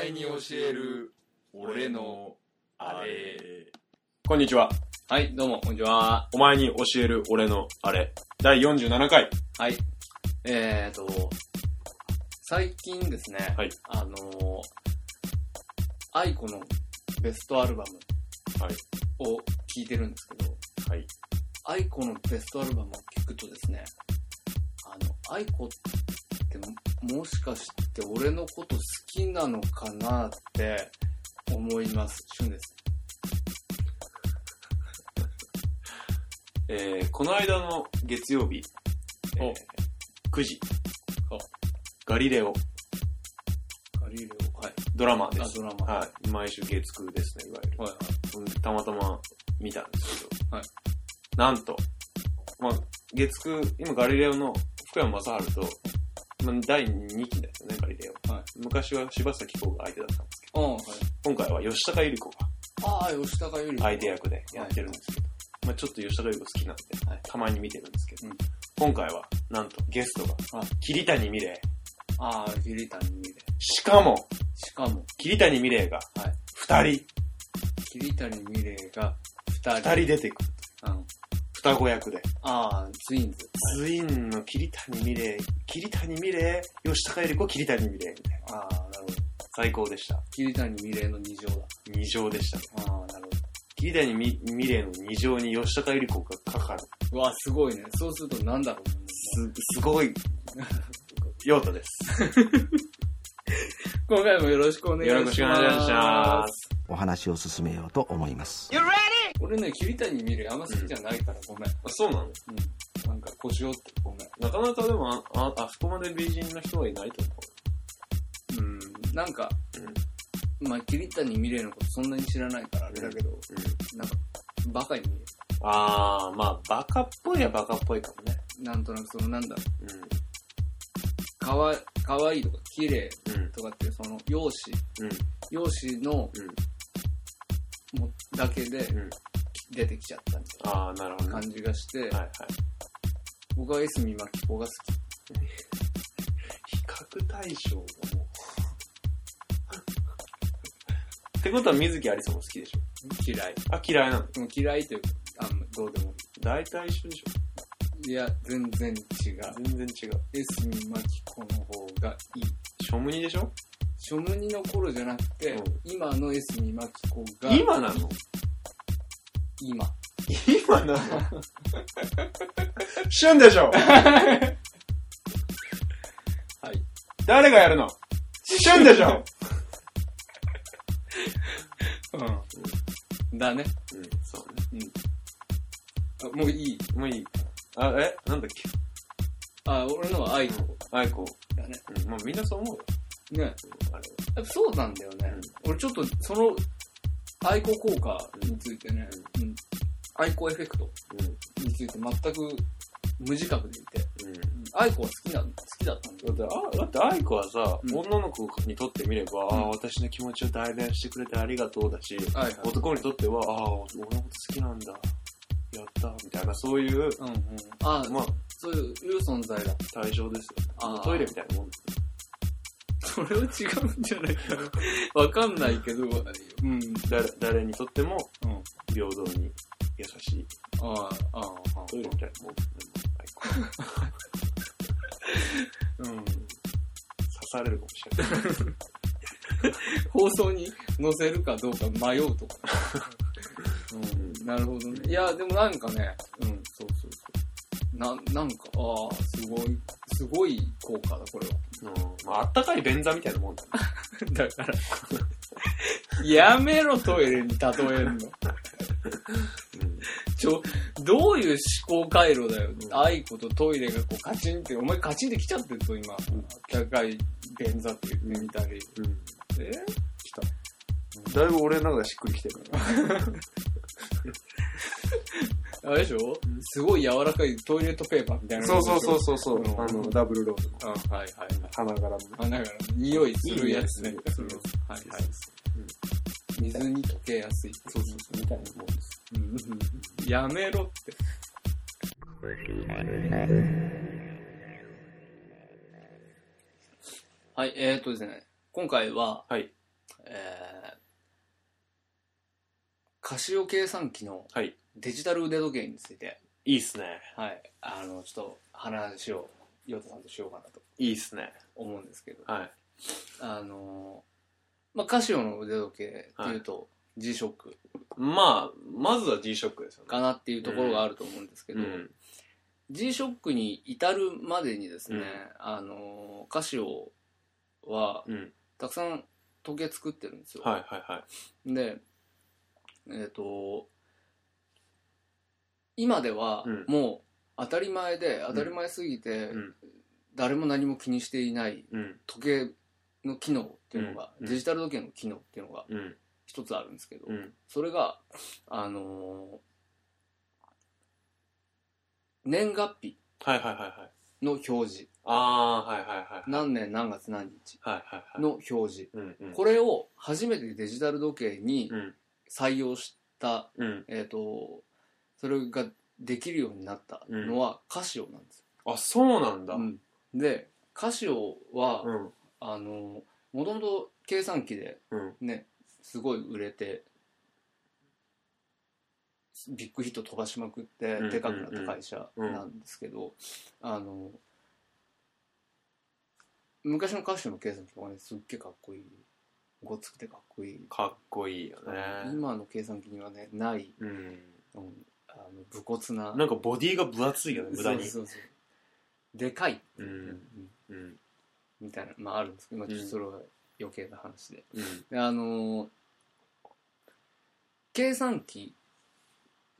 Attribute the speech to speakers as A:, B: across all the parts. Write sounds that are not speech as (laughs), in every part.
A: える俺のあれ
B: こんにちは。
A: はいどうもこんにちは
B: お前に教える俺のあれ。第47回。
A: はいえーと最近ですね、
B: はい
A: あのー愛子のベストアルバム
B: はい
A: を聴いてるんですけど
B: はい。
A: 愛子のベストアルバムを聴くとですねあの愛子ってももしかして俺のこと好きなのかなって思います旬です
B: えー、この間の月曜日、えー
A: お
B: 9時
A: お、
B: ガリレオ、
A: ガリレオはい
B: ドラマで
A: あ
B: す
A: ド。ラマ
B: はい。毎週月9ですね、いわゆる。
A: はいはい
B: うんたまたま見たんですけど、
A: はい
B: なんと、まあ、月9、今ガリレオの福山雅治と、まあ、第2期だよね、ガリレオ。
A: はい
B: 昔は柴咲コウが相手だったんですけ
A: うんはい
B: ど、今回は吉高由里子が
A: ああ、吉高由里子。
B: 相手役でやってるんですけど、まあ、ちょっと吉高由里子好きなんで、
A: はい
B: たまに見てるんですけど、
A: うん
B: 今回は、なんとゲストが
A: あ、
B: 桐谷美玲。
A: ああ、桐谷美玲。
B: しかも、
A: しかも、
B: 桐谷美玲が
A: はい、
B: 2人、
A: 桐谷美玲が二人。
B: 2人出てくる。
A: うん。
B: 双子役で。
A: ああ、ツインズ。
B: ツインの桐谷美玲、桐谷美玲、吉高由里子、桐谷美玲みたいな。
A: ああ、なるほど。
B: 最高でした。
A: 桐谷美玲の二乗だ。
B: 二乗でしたね。
A: ああ、なる
B: 桐谷美美玲の二乗に吉高由里子がかかる。
A: ほど。うわ、すごいね。そうするとなんだろうね。
B: す、すごい、用途です。
A: 今回もよろしくお願いし
B: よ
A: ます。
B: ろしくお願いします。
C: お話を進めようと思います。
A: 俺ね、桐谷美玲あんま好きじゃないから、ごめん。
B: あそうなの
A: うん。なんか腰折ってごめん。
B: なかなかでもあ、あ、あそこまで美人な人はいないと思
A: うん。なんか、まあ、桐谷美玲のことそんなに知らないからあれだけど、
B: う。うん。
A: なんか、バカに見える。
B: あー、まあ、バカっぽいはバカっぽいかもね。
A: なんとなくその、なんだろう。
B: う
A: かわかわいいとか綺麗
B: ん。うん。
A: とかっていうその容姿
B: うん。
A: 容姿の
B: う
A: もだけで
B: ん。うん。
A: 出てきちゃったみた
B: あー、なるほ
A: い
B: ど
A: な
B: ね。
A: 感じがして、
B: はいはい。
A: 僕は江角真紀子が好き
B: 比較対象がもう。ってことは水木有りも好きでしょ
A: 嫌い
B: あ、嫌いなの
A: でも嫌いというかあんまどうでも
B: 大体一緒でしょ
A: いいいや全然違う
B: 全然違う。
A: 江角真紀子の方がいい
B: ショムニでしょ
A: 庶務ニの頃じゃなくて、
B: うん
A: 今の江角真紀子が
B: 今なの
A: 今
B: 今なの旬でしょ
A: はい
B: 誰がやるの旬でしょ
A: うんだね
B: うん、そうね。
A: あもういい
B: もういい。あ、えなんだっけ
A: あ俺のは愛子
B: あいこ。
A: だね
B: うん、まあみんなそう思うよ。
A: ね
B: あれ
A: やっぱそうなんだよね。俺ちょっとその愛好効果についてね、うん、愛好エフェクト
B: う
A: について全く無自覚でいて、
B: ん。うん。
A: 愛好は好きな好きだったんだ
B: だ
A: よ。
B: って、あだって愛子はさ、
A: うん
B: 女の子にとってみれば、ああ、私の気持ちを代弁してくれてありがとうだし、
A: はいはい。
B: 男にとっては、ああ、俺のこと好きなんだ、やった、みたいな、そういう、
A: うんうん。ああ、
B: まあ、
A: そういういう存在だ。
B: 対象ですよ、
A: あー
B: トイレみたいなもん。
A: (laughs) それは違うんじゃないか (laughs) な。わかんないけど、うん。
B: 誰誰にとっても、
A: うん。
B: 平等に優しい。
A: ああ、ああ、あ
B: トイレみたいなもん。愛子
A: あ。うん。
B: 刺されるかもしれない。
A: 放送に載せるかどうか迷う (laughs) とか。うん、なるほどね。いや、でもなんかね、うん、そうそうそう。な、なんか、ああ、すごい、すごい効果だ、これは。
B: うん。まあ、あったかい便座みたいな (laughs) もんだね。
A: だから、 (laughs) やめろ、トイレに例えんの。
B: うん。
A: ちょ、どういう思考回路だよ
B: う。ん
A: 愛子とトイレがこうカチンって、お前カチンって来ちゃってると、今。高い便座って言ってみたり。
B: うん。
A: え
B: きた。だいぶ俺の中でしっくりきてるから。
A: あれでしょすごい柔らかいトイレットペーパーみたいな。。
B: そうそうそううそうそ
A: う
B: う、
A: ん
B: あの、ダブルロードの
A: うん、はいはいはい。
B: 花柄のね。
A: あ、だから、匂いするやつね
B: いい匂い。す
A: そ
B: る
A: う
B: や
A: はいはい。水に溶けやすい。
B: そうそうそう、みたいなもんです。
A: うんやめろって。はい、えー、っとですね、今回は、
B: はい。
A: えー、カシオ計算機の
B: はい。
A: デジタル腕時計について、
B: いいっすね。
A: はい、あの、ちょっと話を、ヨタさんとしようかなと
B: いいっすね。
A: 思うんですけど、
B: はい。
A: あの、まあ、カシオの腕時計っていうと、G ショック
B: まあ、まずは G-SHOCK ですよね。
A: かなっていうところがあると思うんですけ
B: う
A: ど、
B: ん。
A: G ショックに至るまでにですね、
B: うん
A: あの、カシオは
B: うん。
A: たくさん時計作ってるんですよ。
B: はいはいはい。
A: でえっ、と今では
B: うん
A: もう当たり前で当たり前すぎて
B: うん
A: 誰も何も気にしていない
B: うん。
A: 時計の機能っていうのが、
B: うん
A: デジタル時計の機能っていうのが
B: うん。
A: 一つあるんですけど、
B: うん。
A: それがあのー年月日
B: はいはいはいはい。
A: の表示
B: ああー、はいはいはい。
A: 何年何月何日
B: はいはいはい。
A: の表示
B: うんうん。
A: これを初めてデジタル時計に
B: うん。
A: 採用した
B: うん。
A: えー、とそれができるようになったのはカシオなんですよ、
B: あ、そうなんだ。
A: うんでカシオは、
B: うん。
A: あのもともと計算機で
B: うん。
A: ねすごい売れてビッグヒット飛ばしまくって
B: うん
A: でかくなった会社
B: うん
A: なんですけど、あの昔のカシオの計算機とかねすっげえかっこいいごつくてかっこいい、
B: かっこいいよね。
A: 今の計算機にはねない
B: うん。
A: うんあの武骨な
B: なんかボディが分厚いよね、無駄に。
A: そうそうそうでかい、
B: うん
A: ん
B: うん。
A: みたいなまああるんですけど、まあ、ちょっ
B: う
A: と
B: ん
A: それは余計な話で,、
B: うん。
A: であのー計算機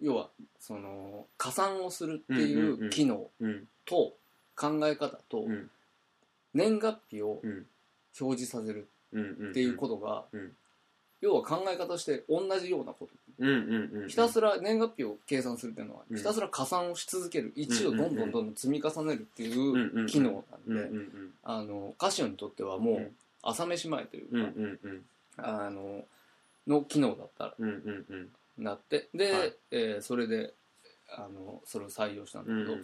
A: 要はその加算をするって
B: うんうん
A: いううん機能
B: うん。
A: と考え方と
B: うん。
A: 年月日を
B: うん。
A: 表示させる
B: うん。
A: っていうことが、
B: うんうん
A: 要は考え方として同じようなこと
B: と。うんうんうん。
A: ひたすら年月日を計算するっていうのは、
B: うん
A: ひたすら加算をし続ける1をどんどんどんどん積み重ねるってい
B: うんうんう
A: うん機能なんで、
B: うんうんうん。
A: あのカシオにとってはも
B: う
A: うん朝飯前というか、
B: うんうんうん。
A: あのの機能だったら
B: うんうんうん。
A: なってで、
B: はい
A: えーそれであのそれを採用したんだ
B: う
A: け
B: ん
A: ど、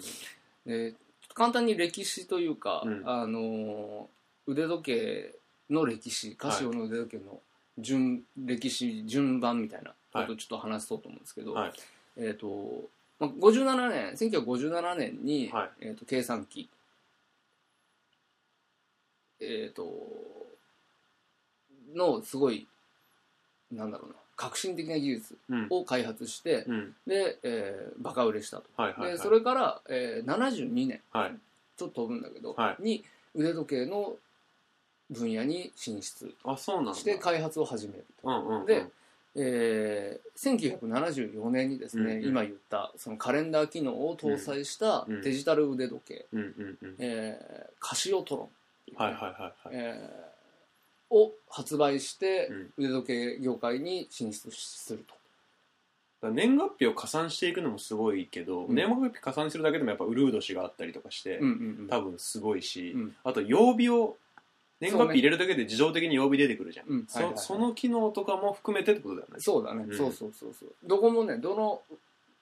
A: で簡単に歴史というか、
B: うん
A: あの腕時計の歴史カシオの腕時計の順、歴史順番みたいなことをちょっと話そうと思うんですけど、
B: はい
A: えっ、と、まあ、57年、1957年に、
B: はい
A: えっ、と、計算機、えっ、と、のすごい、なんだろうな、革新的な技術
B: うん。
A: を開発して、
B: うん。
A: で、えーバカ売れしたと。
B: はいはい。は
A: で、
B: い
A: それから、えー72年、
B: はい。
A: ちょっと飛ぶんだけど、
B: は
A: に腕時計の分野に進出
B: あ、そうなんだ。
A: して開発を始めると。
B: うんうんうん。
A: で、えー1974年にですね、
B: うんうん
A: 今言ったそのカレンダー機能を搭載した
B: うんうん
A: デジタル腕時計、
B: うんうんうん。
A: えーカシオトロンっていうね、
B: はいはいはいはい。
A: えーを発売して
B: うん
A: 腕時計業界に進出すると、
B: だから年月日を加算していくのもすごいけど、
A: うん
B: 年月日加算するだけでもやっぱうるう年があったりとかして、
A: うんうんうん
B: 多分すごいし、
A: うん
B: あと曜日を年月
A: そう
B: 日
A: ね
B: 入れるだけで自動的に曜日出てくるじゃん、
A: うん
B: そ
A: はいはいはい
B: その機能とかも含めてってことだよね
A: そうだね、
B: うん
A: そうそうそうそうどこもねどの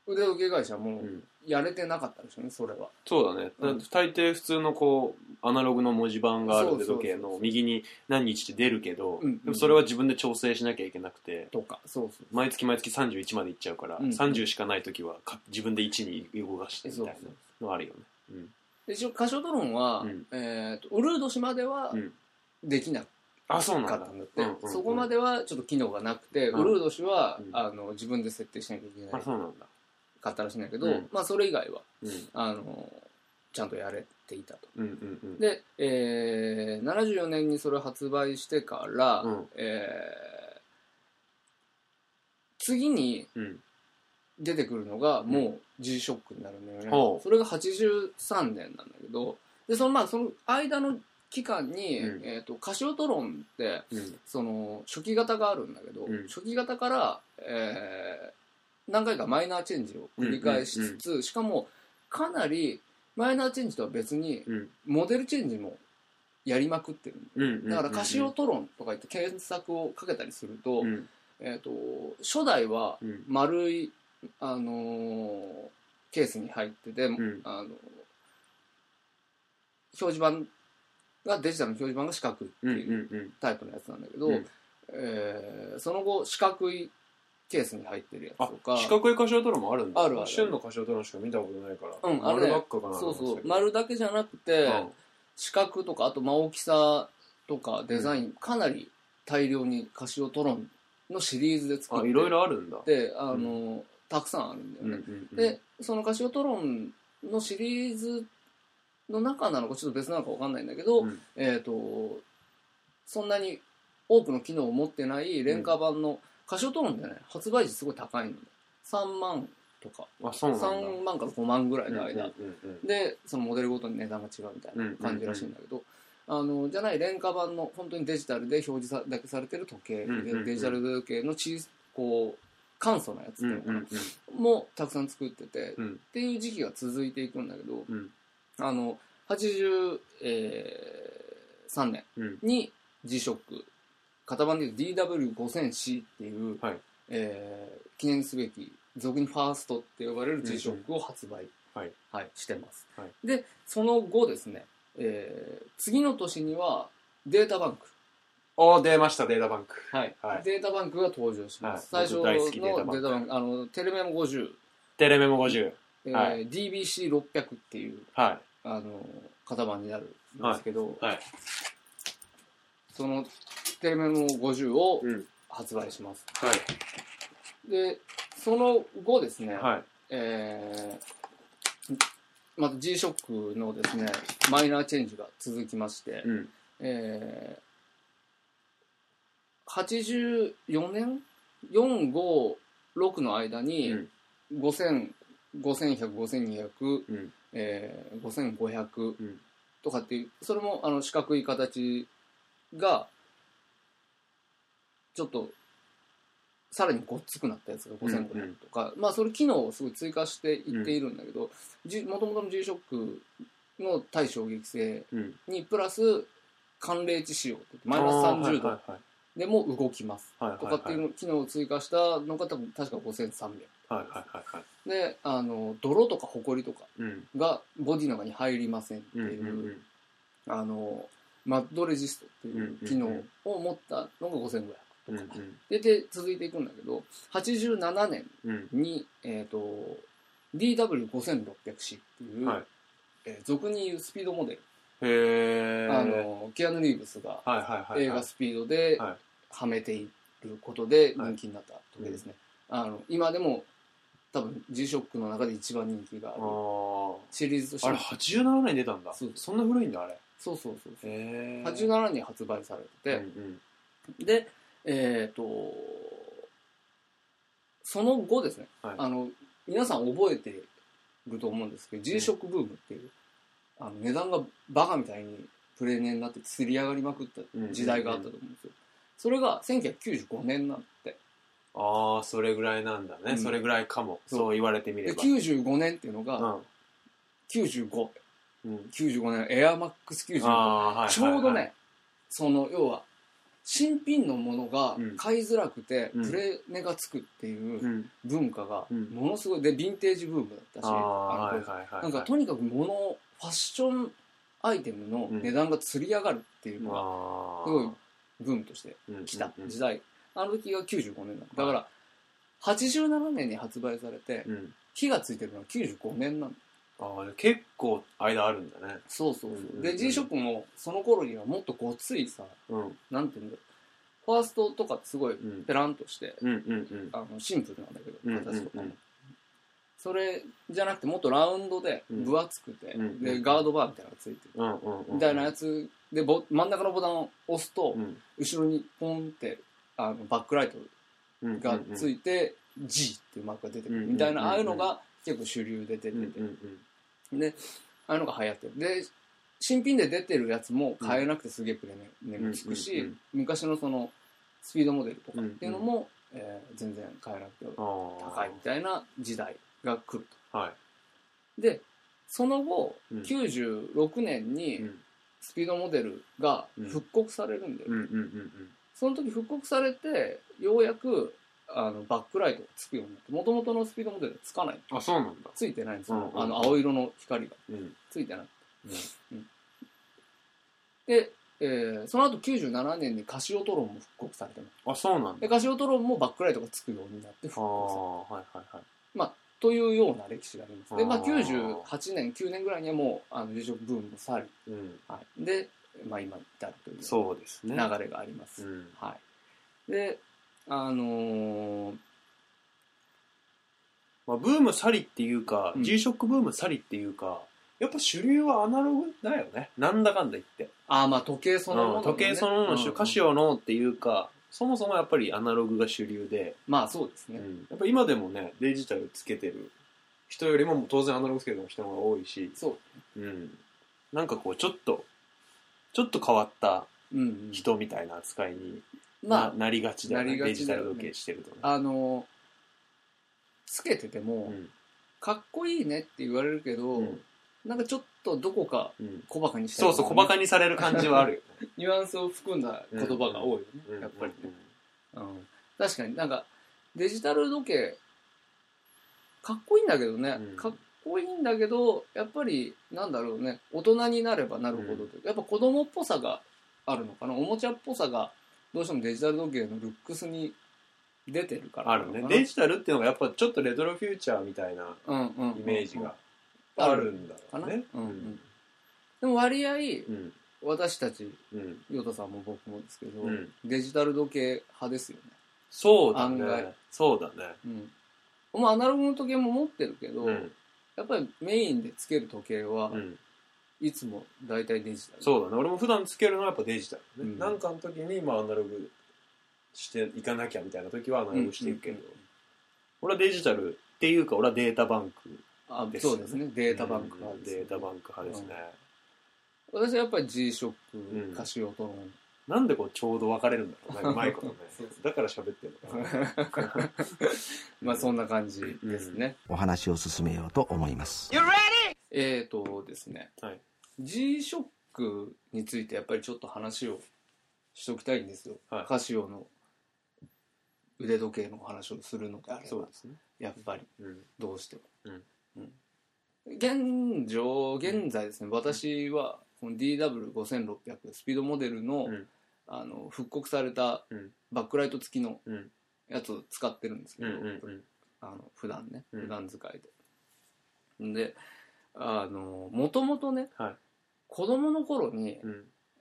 A: 腕時計会社も
B: ん、
A: やれてなかったでしょうねそれは
B: そうだね、だって大抵普通のこうアナログの文字盤がある腕時計
A: そうそうそうそ
B: の
A: う
B: 右に何日って出るけど、
A: うんうん
B: でもそれは自分で調整しなきゃいけなくて
A: とかそうそう
B: 毎月毎月31までいっちゃうから、
A: うん
B: 30しかない時はか自分で1に動かしてみた
A: そ
B: い
A: うそ
B: な
A: う
B: のあるよね
A: で一応カシオトロンは、
B: うん
A: えーとウルード氏までは
B: うん
A: できなくて
B: あそうなん
A: か
B: だ
A: ったんだって、
B: うんうんうん
A: そこまではちょっと機能がなくて、
B: うん
A: ウルード氏は、
B: うん
A: あの自分で設定しなきゃいけな
B: あ
A: い
B: そうなんだ
A: かったらしいんだけど、
B: うん
A: まあそれ以外は
B: うん
A: あのちゃんとやれていたと。
B: うんうんうん
A: で、えー、74年にそれを発売してから、
B: うん
A: えー次に
B: うん
A: 出てくるのがもう G ショックになるんだよね、
B: ほう
A: それが83年なんだけどでそのまあその間の期間に、
B: うん
A: えー、とカシオトロンって
B: うん
A: その初期型があるんだけど、
B: うん
A: 初期型から、えー何回かマイナーチェンジを繰り返しつつ、しかもかなりマイナーチェンジとは別に
B: うん
A: モデルチェンジもやりまくってる
B: うん
A: だからカシオトロンとか言って検索をかけたりすると,、
B: うん
A: えー、と初代は
B: うん
A: 丸い、あのーケースに入ってて、
B: ん
A: あの表示板がデジタルの表示板が四角いって
B: うんう
A: いうん
B: うん
A: タイプのやつなんだけど、
B: うん
A: えーその後四角いケースに入ってるや
B: あ
A: つとか
B: 四角いカシオドラもあるんだ
A: あるある
B: 旬のカシオドラしか見たことないから、
A: うんあるね
B: 丸ばっかかなと
A: そ
B: 思
A: うそう
B: ってたけど
A: 丸だけじゃなくて、
B: うん
A: 四角とかあとまあ大きさとかデザイン、かなり大量にカシオトロンのシリーズで作っ
B: あ
A: て
B: いろいろあるんだ
A: であの、たくさんあるんだよ
B: う
A: ね、
B: んうんうん
A: でそのカシオトロンのシリーズの中なのかちょっと別なのかわかんないんだけど、
B: うん
A: えっ、とそんなに多くの機能を持ってない廉価版の、カシオトロンってね発売時すごい高いの3万とか
B: あそうなんだ
A: 3万から5万ぐらいの間、
B: うんうんうん
A: でそのモデルごとに値段が違うみたいな感じらしいんだけど、あのじゃない廉価版の本当にデジタルで表示さだけされてる時計、
B: うんうんうん
A: デジタル時計の小さこう簡素なやつって
B: う
A: いう
B: ん
A: のか
B: う
A: な、
B: ん
A: もたくさん作ってて、
B: うん
A: っていう時期が続いていくんだけど、
B: うん
A: あの83年
B: うん
A: に G-SHOCK 型番で言うと DW5000C っていう、
B: はい
A: えー記念すべき俗にファーストって呼ばれる G-SHOCK を発売、
B: はい
A: してます、
B: は
A: でその後ですね、えー次の年にはデータバンク
B: おー出ましたデータバンク
A: はい
B: はい
A: データバンクが登場します、
B: はい
A: 最初
B: 僕
A: の
B: 大好きデータバンク
A: データバンクあのテレメモ50
B: テレメモ50
A: えー
B: は
A: DBC600 っていう
B: は
A: あの型番になるんですけど、
B: はいはい
A: そのテレメモ50を
B: いうん
A: 発売します、
B: はい
A: でその後ですね、
B: はい
A: えーまた G-SHOCK のですねマイナーチェンジが続きまして、
B: うん
A: えー84年456の間に
B: うん
A: 5000 5100、5200、
B: うん
A: えー、5500
B: うん
A: とかっていう、それもあの四角い形が、ちょっと、さらにごっつくなったやつが
B: うんう
A: 5500
B: ん
A: とか、まあそれ機能をすごい追加していっているんだけど、じもともとの G-SHOCK の対衝撃性
B: うん
A: にプラス寒冷地仕様って言ってマイナス
B: あーはい
A: 30度
B: はいはい
A: でも動きます
B: はいはい
A: とかっていうの機能を追加したのが多分確か5300
B: はいはいはいはい
A: であの泥とかホコリとか
B: うん
A: がボディの中に入りませんって
B: うん
A: いう、
B: うん
A: あのマッドレジストっていう機能を持ったのが5500とか、
B: うんうん
A: でで続いていくんだけど87年
B: うん
A: に、えー、と DW5600C っていう、
B: はい
A: えー俗に言うスピードモデル、
B: へえ
A: あのキアヌ・リーブスが
B: はいはいはい
A: 映
B: は
A: 画
B: い
A: スピードで
B: はい
A: はめていることで人気になった時ですね、あの今でも多分 G-SHOCK の中で一番人気があ
B: あ
A: る
B: ー
A: シリーズとして
B: あれ
A: も
B: 87年に出たんだ
A: そう
B: そんな古いんだあれ
A: そうそうそうそう、
B: へえ
A: 87年発売され
B: う
A: て
B: んう
A: て、
B: ん
A: でえっ、とその後ですね、
B: はい
A: あの皆さん覚えてると思うんですけど G-SHOCK ブームっていうあの値段がバカみたいにプレネになって釣り上がりまくった時代があったと思うんですよ、それが1995年なんて
B: ああそれぐらいなんだね、
A: うん
B: それぐらいかも
A: そう
B: そう言われてみれ
A: で
B: ば
A: 95年っていうのが9595
B: うん、うん、
A: 年エアマックス
B: あ
A: 95
B: あはいはいはい
A: ちょうどねその要は新品のものが
B: うん
A: 買いづらくて
B: うん
A: プレ値がつくっていううん文化が
B: うん
A: ものすごいでヴィンテージブームだったし
B: ああ
A: あ
B: はい
A: の
B: はいはいはい
A: なんかとにかく物をファッションアイテムの値段がつり上がるっていうのが
B: あ
A: すごいブームとして
B: い
A: きた時
B: 代
A: 代あの時が95年なのだから87年に発売されて
B: うん、うん
A: 火がついてるのは95年なの
B: ああ結構間あるんだね
A: そうそうそう。
B: うんうんうん
A: で、G-SHOCK もその頃にはもっとごついさ、
B: うん
A: なんていうんだろう。ファーストとかってすごい
B: うん
A: ペランとして、
B: うんうん
A: あのシンプルなんだけど、
B: うん
A: 形とかも。
B: うんうんうん
A: それじゃなくてもっとラウンドで
B: うん
A: 分厚くて、
B: うんうん
A: で、ガードバーみたいなのがついてる。
B: うんうんうん
A: みたいなやつでボ、真ん中のボタンを押すと、
B: うん
A: 後ろにポンってあのバックライト
B: うん
A: がつ
B: い
A: いて、G っていうマークが出てく
B: う
A: る
B: んうんうん
A: みたいな、ああいうのが結構主流で出て
B: うんうん
A: て
B: う、ん
A: で、ああいうのが流行ってる。で、新品で出てるやつも買えなくてすげえプレミアムつくし、
B: うんうんうん
A: 昔のそのスピードモデルとかっていうのも、えー全然買えなくて
B: あー
A: 高いみたいな時代が来る
B: はい
A: と。で、その後、
B: うん
A: 96年
B: う
A: に
B: ん
A: スピードモデルが復刻されるんだよ。
B: うんうんうん
A: その時復刻されて、ようやくあのバックライトがつくようになって、元々のスピードモデルはつかない。
B: うんあそうなんだ
A: ついてないんです
B: うん
A: よ
B: う。ん
A: あの青色の光が。
B: うん
A: ついてなく
B: うん
A: て、うんで、えーその後97年にカシオトロンも復告されてます。
B: あ、そうなんだ。
A: で、カシオトロンもバックライトがつくようになって復
B: あ
A: 興された。
B: あ、はいはいはい。
A: というような歴史があります。で、まあ、
B: あー
A: 98年、9年ぐらいにはもう、あの、自食ブームも去り、
B: うん。
A: はい、で、まあ、今に至るという流
B: そうですね。
A: れがあります。
B: うん。
A: はい。で、あのー
B: まあ、ブーム去りっていうか、
A: うん
B: G-SHOCK ブーム去りっていうか、やっぱ主流はアナログだよね。なんだかんだ言って。
A: あーまあ、時計そのもの、
B: うん時計そのものの主、カシ
A: オ。
B: オのっていうか、そもそもやっぱりアナログが主流で、
A: まあ、そうですね。
B: やっぱ今でもね、デジタルつけてる人よりも当然アナログつけてる人の方が多いし、
A: そ
B: うん。なんかこう、ちょっと、ちょっと変わった
A: う。うん、
B: 人みたいな扱いに
A: うん。
B: な,、
A: ま
B: なりがちだよね
A: なり
B: デ
A: が
B: ジ
A: ち
B: タ
A: だよね
B: ル時計してるとね。
A: あ、あのーつけてて
B: う
A: も、
B: ん
A: かっこいいねって言われるけど、
B: うん
A: なんかちょっとどこか
B: うん
A: 小馬鹿にした
B: そうそう、小馬
A: に。
B: 鹿にされる感じはあるよね。
A: ニュアンスを含んだ言葉が多いよね、
B: うん
A: やっぱりね。うん、確かになんかデジタル時計かっこいいんだけどね、
B: うん
A: かっこいいんだけどやっぱりなんだろうね大人になればなるほどと、やっぱ子供っぽさがあるのかなおもちゃっぽさがどうしてもデジタル時計のルックスに出てるから
B: あ
A: なの
B: る
A: か
B: ね
A: な。
B: デジタルっていうのがやっぱちょっとレトロフューチャーみたいな
A: うんうんうん
B: イメージが
A: うん
B: あるんだろうね。
A: かなうんでも割合
B: うん。
A: 私たち
B: うん。
A: ヨタさんも僕もですけど、
B: うん
A: デジタル時計派ですよね、
B: そうだ
A: 案
B: ね
A: 外。
B: そうだね。
A: うん、お前アナログの時計も持ってるけど、
B: うん。
A: やっぱりメインでつける時計は
B: う、ん。
A: いつも大体デジタル。
B: そうだね。俺も普段つけるのはやっぱデジタ
A: う
B: ルね。
A: ん
B: なんかの時にまあアナログしていかなきゃみたいな時はアナログしていくけ
A: う
B: ど
A: んうんうん、
B: 俺はデジタルっていうか俺はデータバンク。
A: あ
B: ですね
A: そうですね。データバンク
B: うんデータバンク派ですね。
A: 私はやっぱり G ショ
B: う
A: ッ
B: ん
A: ク、カシオトロン。
B: なんでこうちょうど分かれるんだろうね。うまいことね
A: (laughs) そうそ。
B: だから喋ってるのかな。
A: (laughs) まあそんな感じですね。
C: お話を進めようと思います
A: えーとですね。
B: はい。
A: G ショックについてやっぱりちょっと話をしときたいんですよ。
B: はい
A: カシオの腕時計の話をするのであれ
B: そう
A: ば
B: で、すね。
A: やっぱり
B: うん。
A: どうしても。
B: うん
A: うん現状、現在ですね、私はこの DW5600 スピードモデルの,、
B: うん
A: あの復刻された
B: うん
A: バックライト付きの
B: うん
A: やつを使ってるんですけ
B: う
A: ど、
B: んうん
A: あの普段ね、
B: うん
A: 普段使いで。で、あの、もともとね、
B: はい
A: 子供の頃に
B: う、ん。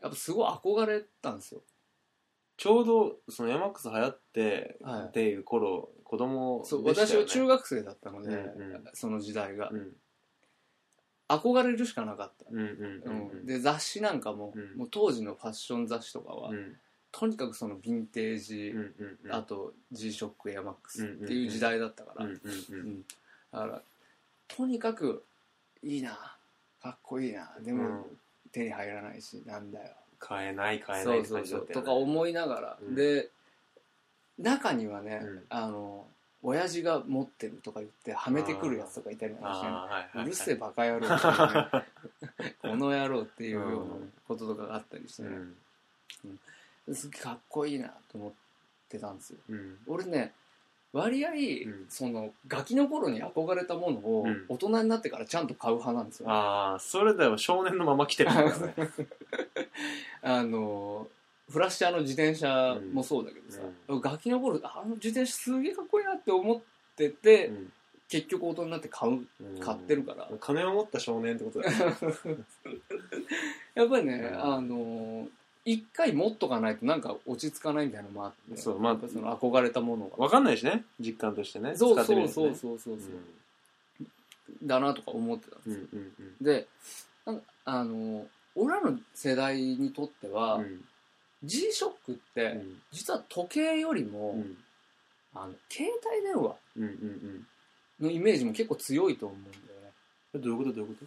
A: やっぱすごい憧れたんですよ。
B: ちょうどそのヤマックス流行って
A: はい
B: っていう頃、子供でし
A: そ
B: たよ、
A: う
B: ね、
A: 私は中学生だったので、
B: うんうん
A: その時代が、
B: うん
A: 憧れるしかなかった。
B: うんうんう
A: うんん、で雑誌なんかも,、
B: うん
A: もう当時のファッション雑誌とかは、
B: うんうん
A: とにかくそのヴィンテージ、
B: うんうんうん
A: あと G ショックエアマックスっ
B: うんうんうん
A: ていう時代だったから、
B: うんうんうん
A: だからとにかくいいなかっこいいなでも、
B: うん
A: 手に入らないしなんだよ
B: 買えない買えな
A: そ
B: いうって
A: そ
B: 感
A: う
B: じだ
A: そ
B: っ
A: う
B: たよね
A: とか思いながら、
B: うん
A: で中にはね、
B: うん
A: あの親父が持ってるとか言ってはめてくるやつとかいたりなんかしてね
B: あーはいはいは
A: う
B: い
A: るせえバカ野郎って
B: (laughs)
A: いうねこの野郎っていうようなこととかがあったりして
B: う
A: ね、
B: ん
A: すげえかっこいいなと思ってたんですよ
B: うん
A: 俺ね割合、
B: ん
A: そのガキの頃に憧れたものを
B: うん
A: 大人になってからちゃんと買う派なんですよ、あ
B: ああそれでは少年のまま来てるから
A: (laughs)
B: ね
A: のフラッシャーの自転車もそうだけどさ、ガキの頃あの自転車すげえかっこいいなって思ってて、
B: うん
A: 結局大人になって買う
B: うん
A: 買ってるから、
B: 金を持った少年ってことだよね
A: やっぱりね、
B: うん
A: あの一回持っとかないとなんか落ち着かないみたいなのもあって
B: そうまあ
A: やっぱその憧れたものが
B: わかんないしね実感としてね
A: そう
B: 使ってみ
A: そう
B: ると
A: そう
B: ね
A: そうそうそう、
B: うん
A: だなとか思ってたんです
B: うん
A: よ、
B: うんうん
A: でなんかあの俺らの世代にとっては、
B: うん
A: G ショックっ
B: う
A: て
B: ん
A: 実は時計よりも、
B: うん
A: あの携帯電話
B: うんうん
A: のイメージも結構強いと思うんだよね
B: うんどういうことどういうこ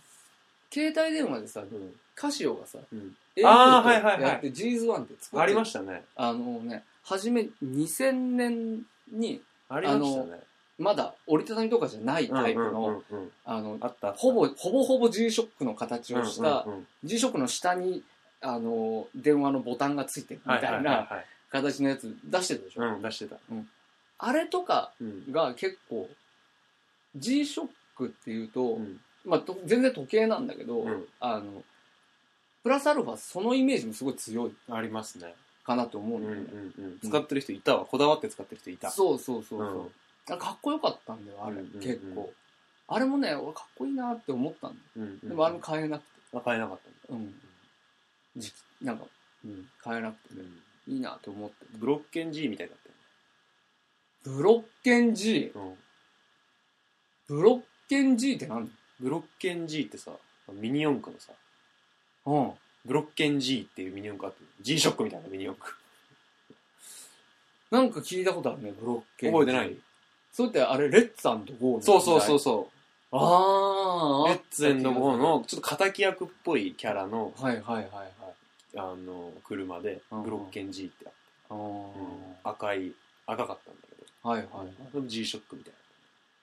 A: 携帯電話でさ
B: とうん
A: カシオがさ、
B: うんあーはいは
A: au
B: いはい
A: とやって G's1 って作って
B: ありましたね
A: あのね初め2000年に
B: ありましたね
A: まだ折りたたみとかじゃないタイプの,、
B: うんうんうんうん
A: あの
B: あった
A: ほぼほぼほぼ G ショックの形をした、
B: うんうんうん
A: G ショックの下にあの電話のボタンがついてるみ
B: はいは
A: た
B: い
A: い
B: は
A: ない
B: はい
A: 形のやつ出してたでしょ、
B: うん出してた
A: あれとか
B: うん
A: が結構 G ショックっていうと、
B: うん
A: まあ、と全然時計なんだけど、
B: うん
A: あのプラスアルファそのイメージもすごい強い
B: ありますね
A: かなと思う
B: うん
A: の
B: う
A: よね、
B: んうん。使ってる人いたわ。こだわって使ってる人いた。
A: そうそうそうそう、
B: うん
A: なんかかっこよかったんだよあれ、
B: うんうんうん
A: 結構あれもね俺かっこいいなって思ったんだよ
B: うんうん
A: でもあれも買えなくて
B: 買えなかったんだ。
A: うん時期なんか、うん、買えなくてねいいなと思って
B: ブロッケン G みたいだったよ
A: ブロッケン G
B: ね。うん。
A: ブロッケン G って何
B: ブロッケン G ってさ、ミニ四駆のさ、
A: うん
B: ブロッケン G っていうミニ四駆あって、G ショックみたいなミニ四駆。
A: なんか聞いたことあるねブロッケン G
B: 覚えてない
A: そうやってあれレッツゴーの
B: そうそうそう
A: う
B: そ
A: あ
B: う。
A: あ
B: レッツエンドゴーの、ちょっと敵役っぽいキャラの、
A: はいはいはいはい
B: あの、車で、
A: うん
B: ブロッケン G ってあって、
A: あー
B: 赤い、赤かったんだけど、
A: はいはいはい
B: でも G ショックみたい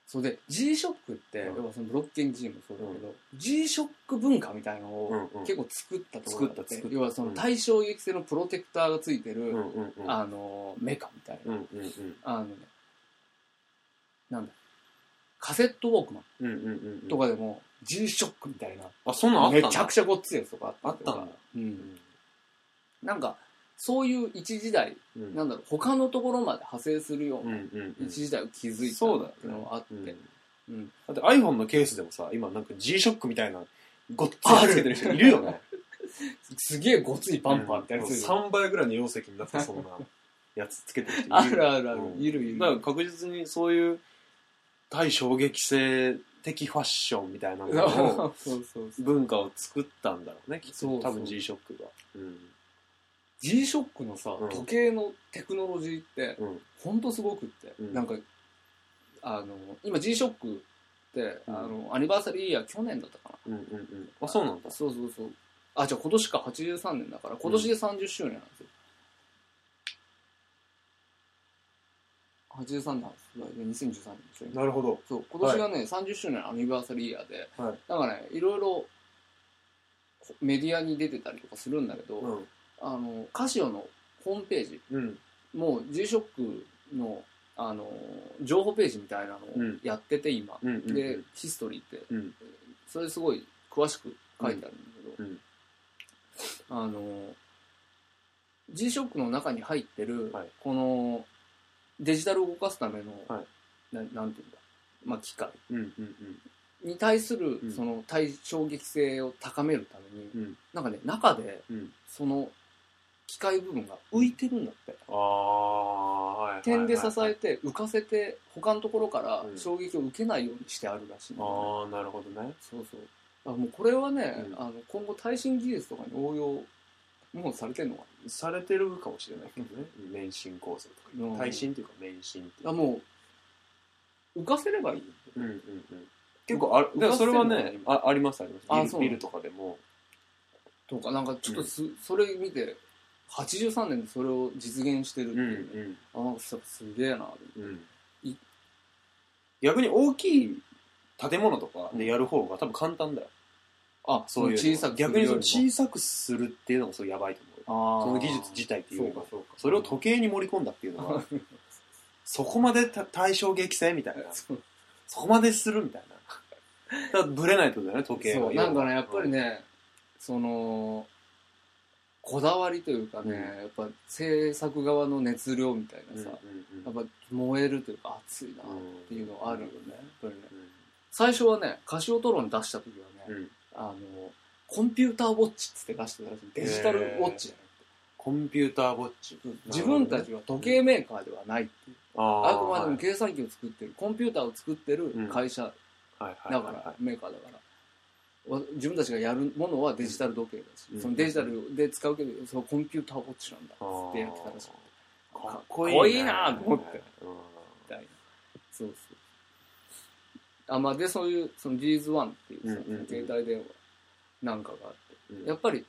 A: それで G ショックって、
B: うん
A: やっぱそのブロッケン G もそうだけど、G ショック文化みたいの
B: な。
A: を
B: んう
A: 結構作ったところがあ
B: 作った作った
A: 要はその対衝撃性のプロテクターがついて
B: うん
A: る、
B: うんうん。
A: あのメカみたいな、
B: うんうんうん。
A: あのねなんだカセットウォークマン
B: うんうんうんうん。
A: とかでも G ショックみたいな、
B: あ、そんなんあったん
A: め
B: だ
A: ちゃくちゃごっついやつとかあったりとか
B: あったんだ、
A: う、
B: うんん
A: なんかそういう一時代
B: うん
A: なんだろう他のところまで派生するよう
B: うん
A: な
B: うんうん。
A: 一時代を築いた
B: そうだよ
A: っ
B: ね
A: ていうのがあって、
B: うん
A: うん
B: だって iPhone のケースでもさ、今なんか G ショックみたいな、ごっついつけてる人いるよね。
A: すげえごついバンパーみたいなやついるよね
B: 3倍ぐらいの容積になってそうなやつつけて (laughs) る人いるよ
A: あ
B: ね
A: るあるある、
B: うん
A: いるいる
B: だから確実にそういう対衝撃性的ファッションみたいなものを
A: (laughs) そうそうそう
B: 文化を作ったんだろうねきっと
A: そうそう
B: 多分 G ショックがうん
A: G ショックのさ、
B: うん
A: 時計のテクノロジーって
B: うん
A: ほんとすごくって、
B: うん
A: なんかあの今 G ショックって、
B: うん
A: あのアニバーサリーイヤー去年だったかな
B: うんうんうんあそうなんだ
A: そうそうそうあじゃあ今年か83年だから今年で30周年なんですよ、83年なんです2013年でしょ今
B: なるほど
A: そう今年がね、30周年アニバーサリーイヤーで、
B: はい
A: だからねいろいろメディアに出てたりとかするんだけど、
B: うん
A: あのカシオのホームページ
B: うん
A: もう G ショックのあの情報ページみたいなの
B: う
A: を
B: ん
A: やってて今、
B: うんうん
A: でヒストリーって
B: うん
A: それすごい詳しく書いてあるんだけど、
B: うんうん
A: あの G ショックの中に入ってる、
B: はい
A: このデジタルを動かすための、
B: は
A: ななんていうんだ、まあ、機械
B: うんうんうん
A: に対する
B: うん
A: その対衝撃性を高めるために、
B: うん
A: なんかね中で
B: うん
A: その機械部分が浮いてるんだって、
B: ああはいはいはい
A: 点で支えて浮かせて他のところから
B: うん
A: 衝撃を受けないようにしてあるらしいんだよね、
B: ああなるほどね
A: そうそうあもうこれはね、
B: うん
A: あの今後耐震技術とかに応用もうされてんのか
B: されてるかもしれないけどね免震構造とか
A: うん
B: 耐震っていうか免震っていう
A: なあ
B: か
A: もう浮かせればいい
B: うんうんうん結構あるだからそれはねあありますあり
A: あ
B: ます
A: そ
B: ビ
A: う
B: ルビルとかでも
A: とかなんかちょっとす、それ見て83年でそれを実現してるっ
B: う
A: て
B: んう
A: いうね、
B: ん
A: あなんかすげえな
B: うん
A: い
B: 逆に大きい建物とかでやる方が多分簡単だよ、
A: あ
B: そういうの
A: 小さくする
B: 逆に
A: よ
B: その
A: りも
B: 小さくするっていうのがすごいやばいと思うよ
A: あー
B: その技術自体っていうよりも
A: そうか
B: それを時計に盛り込んだっていうのは (laughs) そこまでた対象激戦みたいな
A: そう
B: (laughs) そこまでするみたいなだからブレないってことだよね時計
A: そ
B: は
A: うなんかねやっぱりね、そのこだわりというかね、
B: うん
A: やっぱ制作側の熱量みたい
B: う
A: な
B: んうん
A: さ、
B: うん
A: やっぱ燃えるというか熱いなっ
B: うん
A: ていうのあるよね,、やっぱりね
B: うん
A: 最初はねカシオトロン出した時はね、
B: うん
A: あのコンピューターウォッチっつって出してたらしいデジタルウォッチじゃ
B: コンピューターウォッチ
A: なくて、自分たちは時計メーカーではないっていう、
B: あ
A: あくまでも
B: 結
A: 計算機を作ってるコンピューターを作ってる会社
B: 構
A: だから、メーカーだからわ自分たちがやるものはデジタル時計だし、
B: うん
A: そのデジタルで使うけどそのコンピューターウォッチなんだ
B: あ
A: っ
B: ー
A: つってやってたらしくて
B: かっこいい
A: かっこいいなと思って
B: うん
A: みたいなそうそうあまあでそういうその G's1 っていうさ、
B: うんうんうん
A: 携帯電話なんかがあって
B: うん
A: やっぱり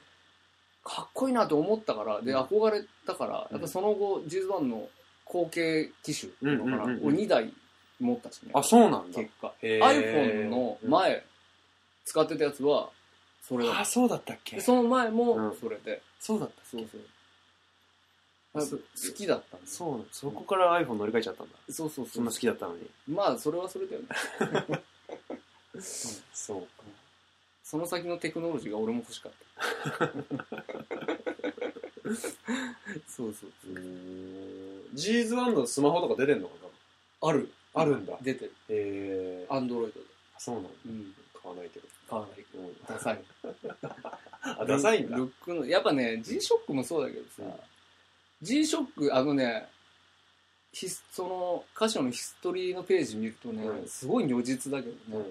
A: かっこいいなと思ったからで
B: うん
A: 憧れたから
B: うん
A: やっぱその後 G's1 の後継機種っていうのかな、
B: うんうんうんうん
A: を2台持ったしね
B: あそうなんだ
A: 結果
B: へー
A: iPhone の前使ってたやつはそれ
B: うん
A: だ
B: あそうだったっけ
A: でその前
B: う
A: も
B: ん
A: それで、
B: そうだった
A: そうそうやっぱ
B: そ
A: 好きだったんですよ
B: そうなんそこから iPhone 乗り換えちゃったんだ
A: そうそう
B: そ
A: そ
B: ん
A: う
B: な好きだったのに
A: まあそれはそれだよね
B: そうか
A: その先のテクノロジーが俺も欲しかっそうそう。
B: ジーズワンのスマホとか出てんのかな
A: ある。
B: あるんだ
A: 出てる。
B: へえー。
A: アンドロイドで。
B: あ、そうなの
A: うん。
B: 買わないけど。
A: 買わない。
B: うん、
A: ダサい。
B: あ、ダサいんだ。
A: ルックの、やっぱね、G-SHOCK もそうだけどさ、G-SHOCK、あのね、ヒスその歌詞のヒストリーのページ見るとね、
B: うん
A: すごい如実だけどね、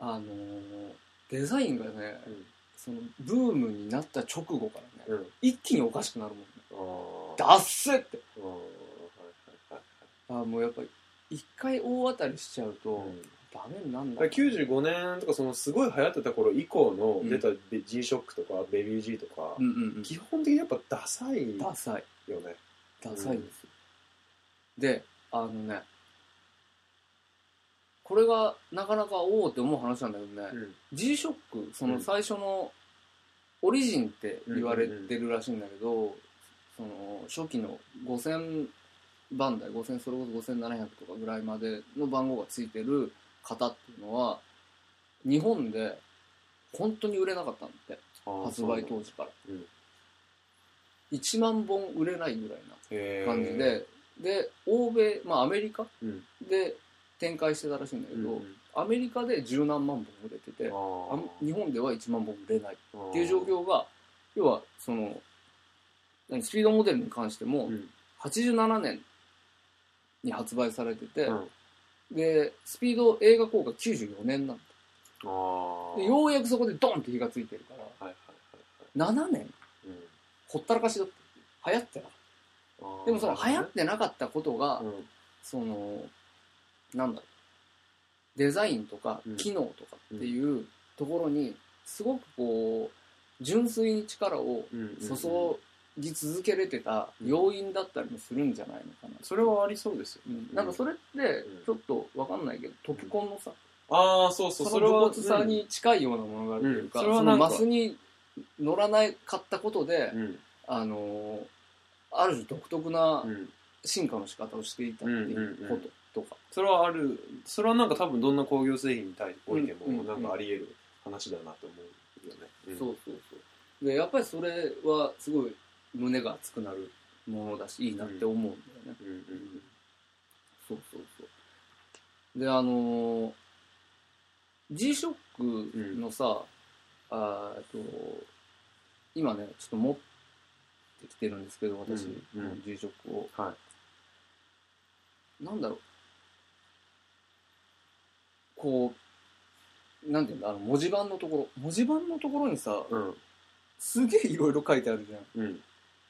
B: うん。
A: あのーデザインがね、
B: うん
A: そのブームになった直後からね、
B: うん。
A: 一気におかしくなるもんね。
B: ああ。
A: ダッセって。
B: うん。はいはい
A: あーもうやっぱり、一回大当たりしちゃうと、
B: はい。うん
A: ダメになん
B: だ
A: だ
B: から95年とかそのすごい流行ってた頃以降の出たベ G-SHOCK とかベビー G とか、
A: うんうんうん。
B: 基本的にやっぱダサいよ
A: ダサい。
B: ね。
A: ダサいんですよ。で、あのね、これがなかなかおおって思う話なんだけどね、
B: ん。
A: G-SHOCK、そうの
B: ん
A: 最初のオリジンって言われてるらしいんだけど、その初期の5000番台、5000、それこそ5700とかぐらいまでの番号がついてる方っていうのは、日本で本当に売れなかったんだって、発売当時から。
B: うん
A: 1万本売れないぐらいな。
B: へー
A: 感じで、で、欧米、まあアメリカ
B: うん
A: で展開してたらしいんだけ
B: うん
A: ど、アメリカで十何万本売れてて、あん
B: っ
A: 日本では1万本売れないっていう状況が、要は、その、何スピードモデルに関しても、
B: うん
A: 87年に発売されてて、
B: うん
A: で、スピード映画効果94年なん
B: あ
A: で、
B: ー
A: ようやくそこでドンって火がついてるから、
B: はいはい
A: 7年
B: はいうん
A: ほったらかしだった。流行ってなかっ
B: あー
A: た。でもその流行ってなかったことが、
B: うん
A: そのなんだろうデザインとか
B: うん
A: 機能とかっていうところにすごくこう純粋に力を
B: うんうん
A: 注ぎ続けれてた要因だったりもするんじゃないのかな、
B: それはありそうですよ
A: うんなんかそれって
B: うん
A: ちょっとわかんないけどトプコンのさ、
B: ああそうそう
A: そ
B: そ
A: の
B: れ
A: 武
B: は
A: 骨さに近いようなものがあるというか、
B: うんうん
A: そ
B: それ
A: の
B: はなんか
A: マスに乗らないかったことで、
B: うん
A: あのーある種独特な
B: うん
A: 進化の仕方をしていたっていうこととか、
B: それはあるそれはなんか多分どんな工業製品に対おいて
A: うんう
B: も
A: ん
B: なんかあり得る話だなと思うよねうん
A: そうそうそう。で、やっぱりそれはすごい胸が熱くなるものだし、いいなって思うんだよね。
B: うんうん
A: そうそうそう。で、あのー、G-SHOCK のさ、あーえっと、今ね、ちょっと持ってきてるんですけど、私、
B: うんうん
A: G-SHOCK を。
B: は
A: なんだろう。こう、なんていうんだ、あの文字盤のところ。文字盤のところにさ、
B: うん
A: すげえいろいろ書いてあるじゃん。
B: うん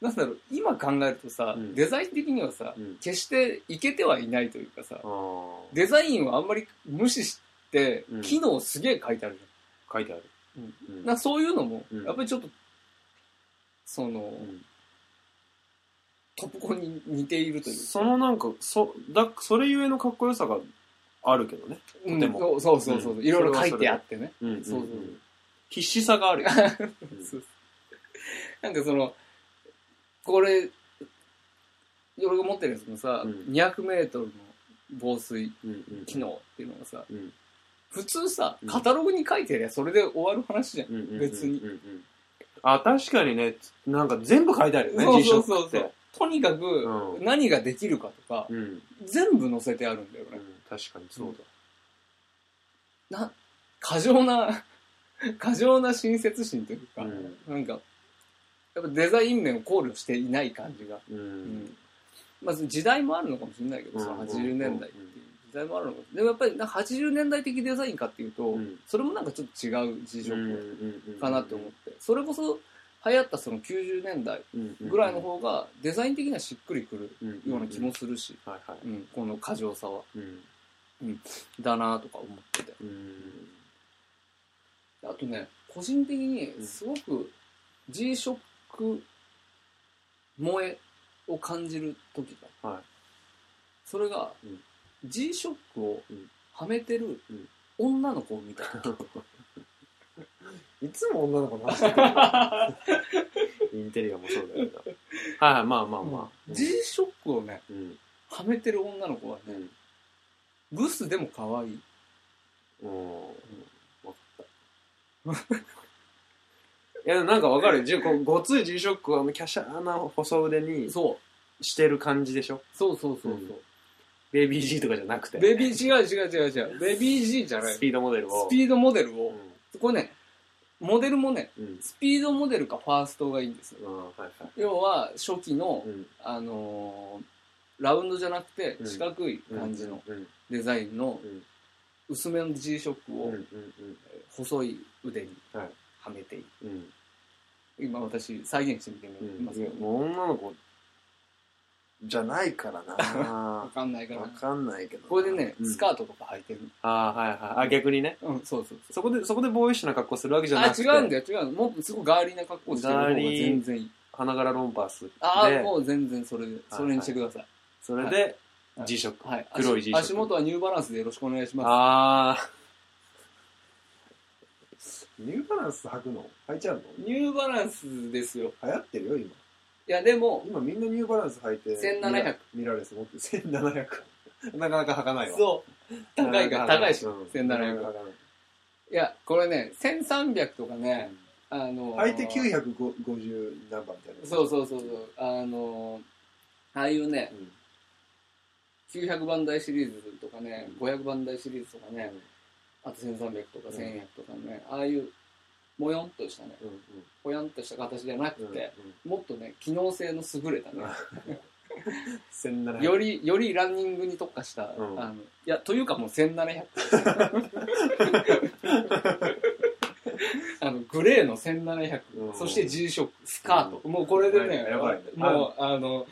A: なんだろう、今考えるとさ、
B: うん
A: デザイン的にはさ、
B: うん
A: 決していけてはいないというかさ
B: あ、あ
A: デザインをあんまり無視して
B: う、ん
A: 機能すげえ書いてあるじ
B: 書いてある
A: ゃん。
B: うん
A: なんかそういうのも、
B: うん
A: やっぱりちょっと、その、
B: うん
A: トップコンに似ているというか。
B: そのなんかそだそれゆえのかっこよさがあるけどね
A: うん
B: とても
A: そうそうそうそう、
B: うん
A: いろいろ書いてあってね。
B: うん
A: そうそう
B: 必死さがあるようん
A: (laughs) そうなんかその、これ、俺が持ってるやつもさ、
B: うん
A: 200メートルの防水
B: うんうん
A: 機能っていうのがさ、
B: うん
A: 普通さ
B: う、ん
A: カタログに書いてりゃそれで終わる話じゃん。別に
B: うんうんうんあ確かにねなんか全部書いてあるよね
A: そう
B: G シ
A: そ
B: ョ
A: うそう
B: ックっ
A: そ
B: て
A: う。とにかく
B: う、ん
A: 何ができるかとか、
B: うんうん
A: 全部載せてあるんだよね。
B: 確かにそうだ
A: な、過剰な、 (laughs) 過剰な親切心というか、
B: うん
A: なんか、やっぱデザイン面を考慮していない感じが。
B: うん
A: うんまあ、時代もあるのかもしれないけどさ、
B: うんうんうん
A: 80年代っていう時代もあるのかもしれない。でもやっぱりなんか80年代的デザインかっていうと、
B: うん
A: それもなんかちょっと違う事情
B: うん
A: かなって思って、それこそ流行ったその90年代ぐらいの方がデザイン的にはしっくりくるような気もするし、
B: はいはい
A: うん、この過剰さは
B: うん
A: だなとか思ってて
B: うん
A: あとね個人的にすごく G ショック萌えを感じる時が、
B: はい
A: それが
B: うん
A: G ショックを
B: うん
A: はめてる
B: うん
A: 女の子を見た時
B: いつも女の子の話してくるインテリアもそうだけどはいまあまあ (laughs) まあ
A: G ショックをね
B: うん
A: はめてる女の子は
B: う
A: ね
B: ん
A: ブスでも可愛い
B: おーわかっいや、なんかわかる。じゅこうごつい G-SHOCK はあの華奢な細腕に
A: そう。
B: してる感じでしょ
A: そうそうそうそう。
B: ベイビー G とかじゃなくて。
A: ベビー、違う違う違う違う。ベビー G じゃない。
B: ス
A: ス
B: ピードモデルを。
A: ピードモデルを
B: う、ん
A: これね、モデルもね、
B: うん。
A: スピードモデルかファーストがいいんですよ。
B: うん。はいはい。
A: 要は、初期の、
B: うん。
A: あのーラウンドじゃなくて、
B: うん
A: 四角い感じの
B: うん。うん。
A: デザインの
B: うん。
A: 薄めの G ショック
B: うん。
A: を
B: うん。
A: 細い腕に
B: は
A: はいめている。
B: うん。
A: 今私再現してみて
B: うん。
A: ますけど、
B: もう女の子じゃないから
A: わ (laughs)
B: な
A: かんないから
B: わ。かんないけど。
A: これでね、スカ
B: ート。
A: ートとか履いてる。
B: ああ、はいはい。あ、逆にね。
A: うん、そうそうそう。
B: そこで、そこでボーイッシュな格好するわけじゃ
A: あ、
B: なく
A: 違
B: て。
A: うんだよ、違うの。もっとすごいガーリーな格好してる方が全然いい。
B: 花柄ロンパース。
A: ああ、
B: で
A: もう全然それで、それにしてください。
B: それで
A: はい
B: G-SHOCK。
A: はい。
B: 黒い G ショック
A: 足元はニューバランスでよろしくお願いします。
B: ああ。ニューバランス履くの履いちゃうの
A: ニューバランスですよ。
B: 流行ってるよ、今。
A: いや、でも、
B: 今みんなニューバランス履いて。
A: 1700
B: ミラーレス持ってる。1700。なか (laughs) なか履かないわ。
A: そう。高いから、高いでしょ
B: うん、
A: 1700。いや、これね、1300とかね、あのー
B: 履いて950何番みたいな。
A: そうそうそうそう。あのーああいうね、
B: うん。
A: 900番台シリーズとかね、500番台シリーズとかね
B: うん、
A: あと1300とか1100とかね、ああいう、もよんとしたね、
B: うん。
A: ぽやんとした形じゃなく
B: うん。
A: て、もっとね、機能性の優れたね、
B: うん。1700。
A: より、よりランニングに特化した、
B: うん
A: あの、いや、というかもう1700。あの、グレーの1700、
B: うん
A: そして G ショック、スカート。もうこれでね、
B: やばいね
A: もう、あの、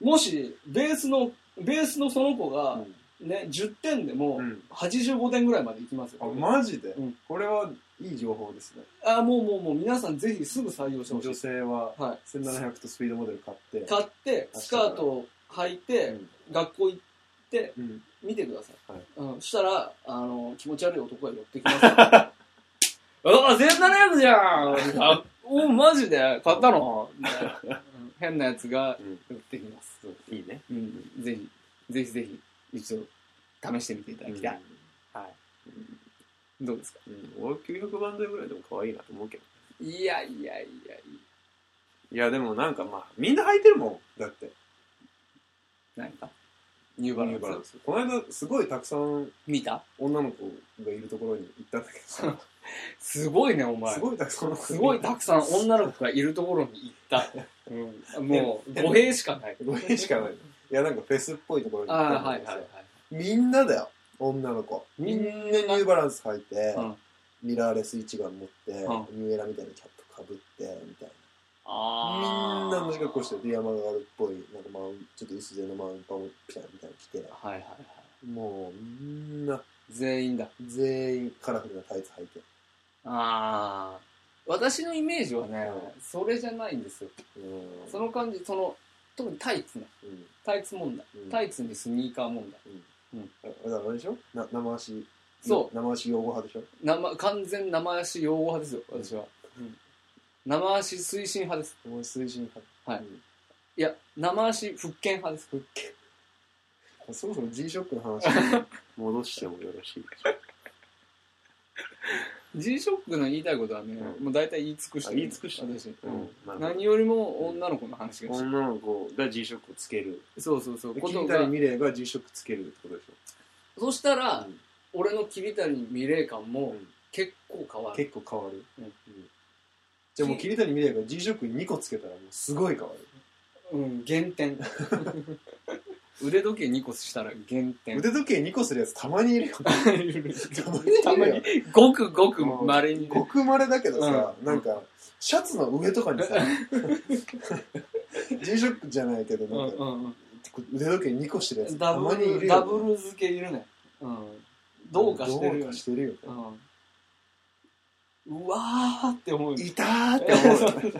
A: もし、ベースの、ベースのその子
B: う
A: が、
B: ん
A: ね、10点でも
B: うん、
A: 85点ぐらいまでいきますよ。
B: あ、マジで
A: うん
B: これはいい情報ですね。
A: あ、もうもうもう、皆さんぜひすぐ採用してほし
B: 女
A: い。
B: 性は
A: は
B: 1700とスピードモデル買って。
A: い。買って、スカートを履いて、学校行って、
B: うん。うん
A: 見てください、
B: はい
A: うん、したらあの気持ち悪い男が寄ってきますからああ1700じゃんあおマジで買った (laughs) の、ねうん変なやつが
B: うん
A: 寄ってきます、
B: そういいね。
A: うん、ぜひぜひぜひ一度試してみていただきたい、はいどうですか
B: うん俺900番台ぐらいでも可愛いなと思うけど。
A: いやいやいやいや
B: いや、でもなんかまあ、みんな履いてるもん。だって。
A: 何かニューバランス
B: ニュースこの間、すごいたくさん
A: 見た
B: 女の子がいるところに行ったんだけどさ、
A: すごいねお前
B: すごいたくさんの子がる
A: すごいたくさん女の子がいるところに行った、うん、もう語弊しかない
B: ごめんしかない。いや、なんかフェスっぽいところに
A: ああ
B: 行ったんだ
A: は
B: け
A: い
B: ど
A: は
B: さ
A: いはい
B: みんなだよ。女の子。みんなニューバランス履いて、
A: うん
B: ミラーレス一眼持って、
A: う
B: ニューエラみたいなキャップかぶって、みたいな。み
A: あ
B: んな同じ格好して
A: る
B: る。で、山があるっぽい、なんかまあ、ちょっと薄手のマウンパンピシャみたいなの着て、
A: はいはいはい
B: もう、みんな、
A: 全員だ
B: 全員カラフルなタイツ履いて。
A: ああ私のイメージはね
B: う
A: それじゃないんですよ
B: うん
A: その感じその特にタイツね
B: うん
A: タイツ問題
B: うん
A: タイツにスニーカー問題
B: あだからあれでしょな生足。
A: そう
B: 生足用語派でしょ
A: 生完全生足用語派ですよ私は、うん生足推進派です
B: もう水準派。
A: はい
B: うん
A: いや生足復健派です復健
B: そもそも G ショックの話
A: (laughs)
B: に戻してもよろしいでしょうか
A: G ショックの言いたいことはね、
B: うん
A: もう大体言い尽くしてる
B: あ言い尽くしてる
A: 私、
B: うん
A: 何よりも女の子の話がしたい、
B: 女の子が G ショックをつける。
A: そうそうそうこ
B: 桐
A: と
B: 谷
A: が
B: 美玲が G ショックつけるってことでしょ
A: そしたら、
B: うん
A: 俺の桐谷美玲感も
B: うん
A: 結構変わる、
B: 結構変わる。
A: うん
B: うんじゃあもう桐谷美玲が G ショックに2個つけたらもうすごい変わ
A: う
B: る。
A: ん、減点 (laughs) 腕時計2個したら減点
B: 腕時計2個するやつたまにいるよ
A: (laughs)
B: ね。たまにいるよ
A: たまにごくごくまれに
B: ごくまれだけどさ、
A: うん
B: なんか、シャツの上とかにさ、G (laughs) ショックじゃないけど、
A: うん
B: なん
A: う
B: か、
A: んうん
B: 腕時計2個してるやつ
A: ダ
B: たま
A: ブ
B: にいるよ
A: ル
B: ね。
A: ダブル付けいるね、うん、どうかしてる
B: ど
A: よ
B: うか
A: ね
B: してるよね。
A: うん、うわーって思うよ
B: いたーって思う
A: (laughs)
B: よね。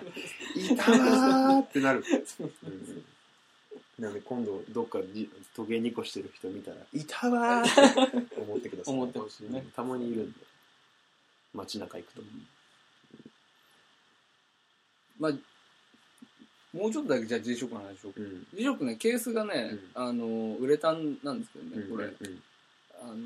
B: いたーってなる。なんで今度どっかに時計2個してる人見たら、いたわーって思ってください。
A: 思ってほしいね
B: たまにいるんで。街中行くと。
A: まあもうちょっとだけじゃあ G ショックの話を
B: うん。
A: G ショックねケースがね、あのウレタンなんですけどね、これ、
B: うん。
A: あのー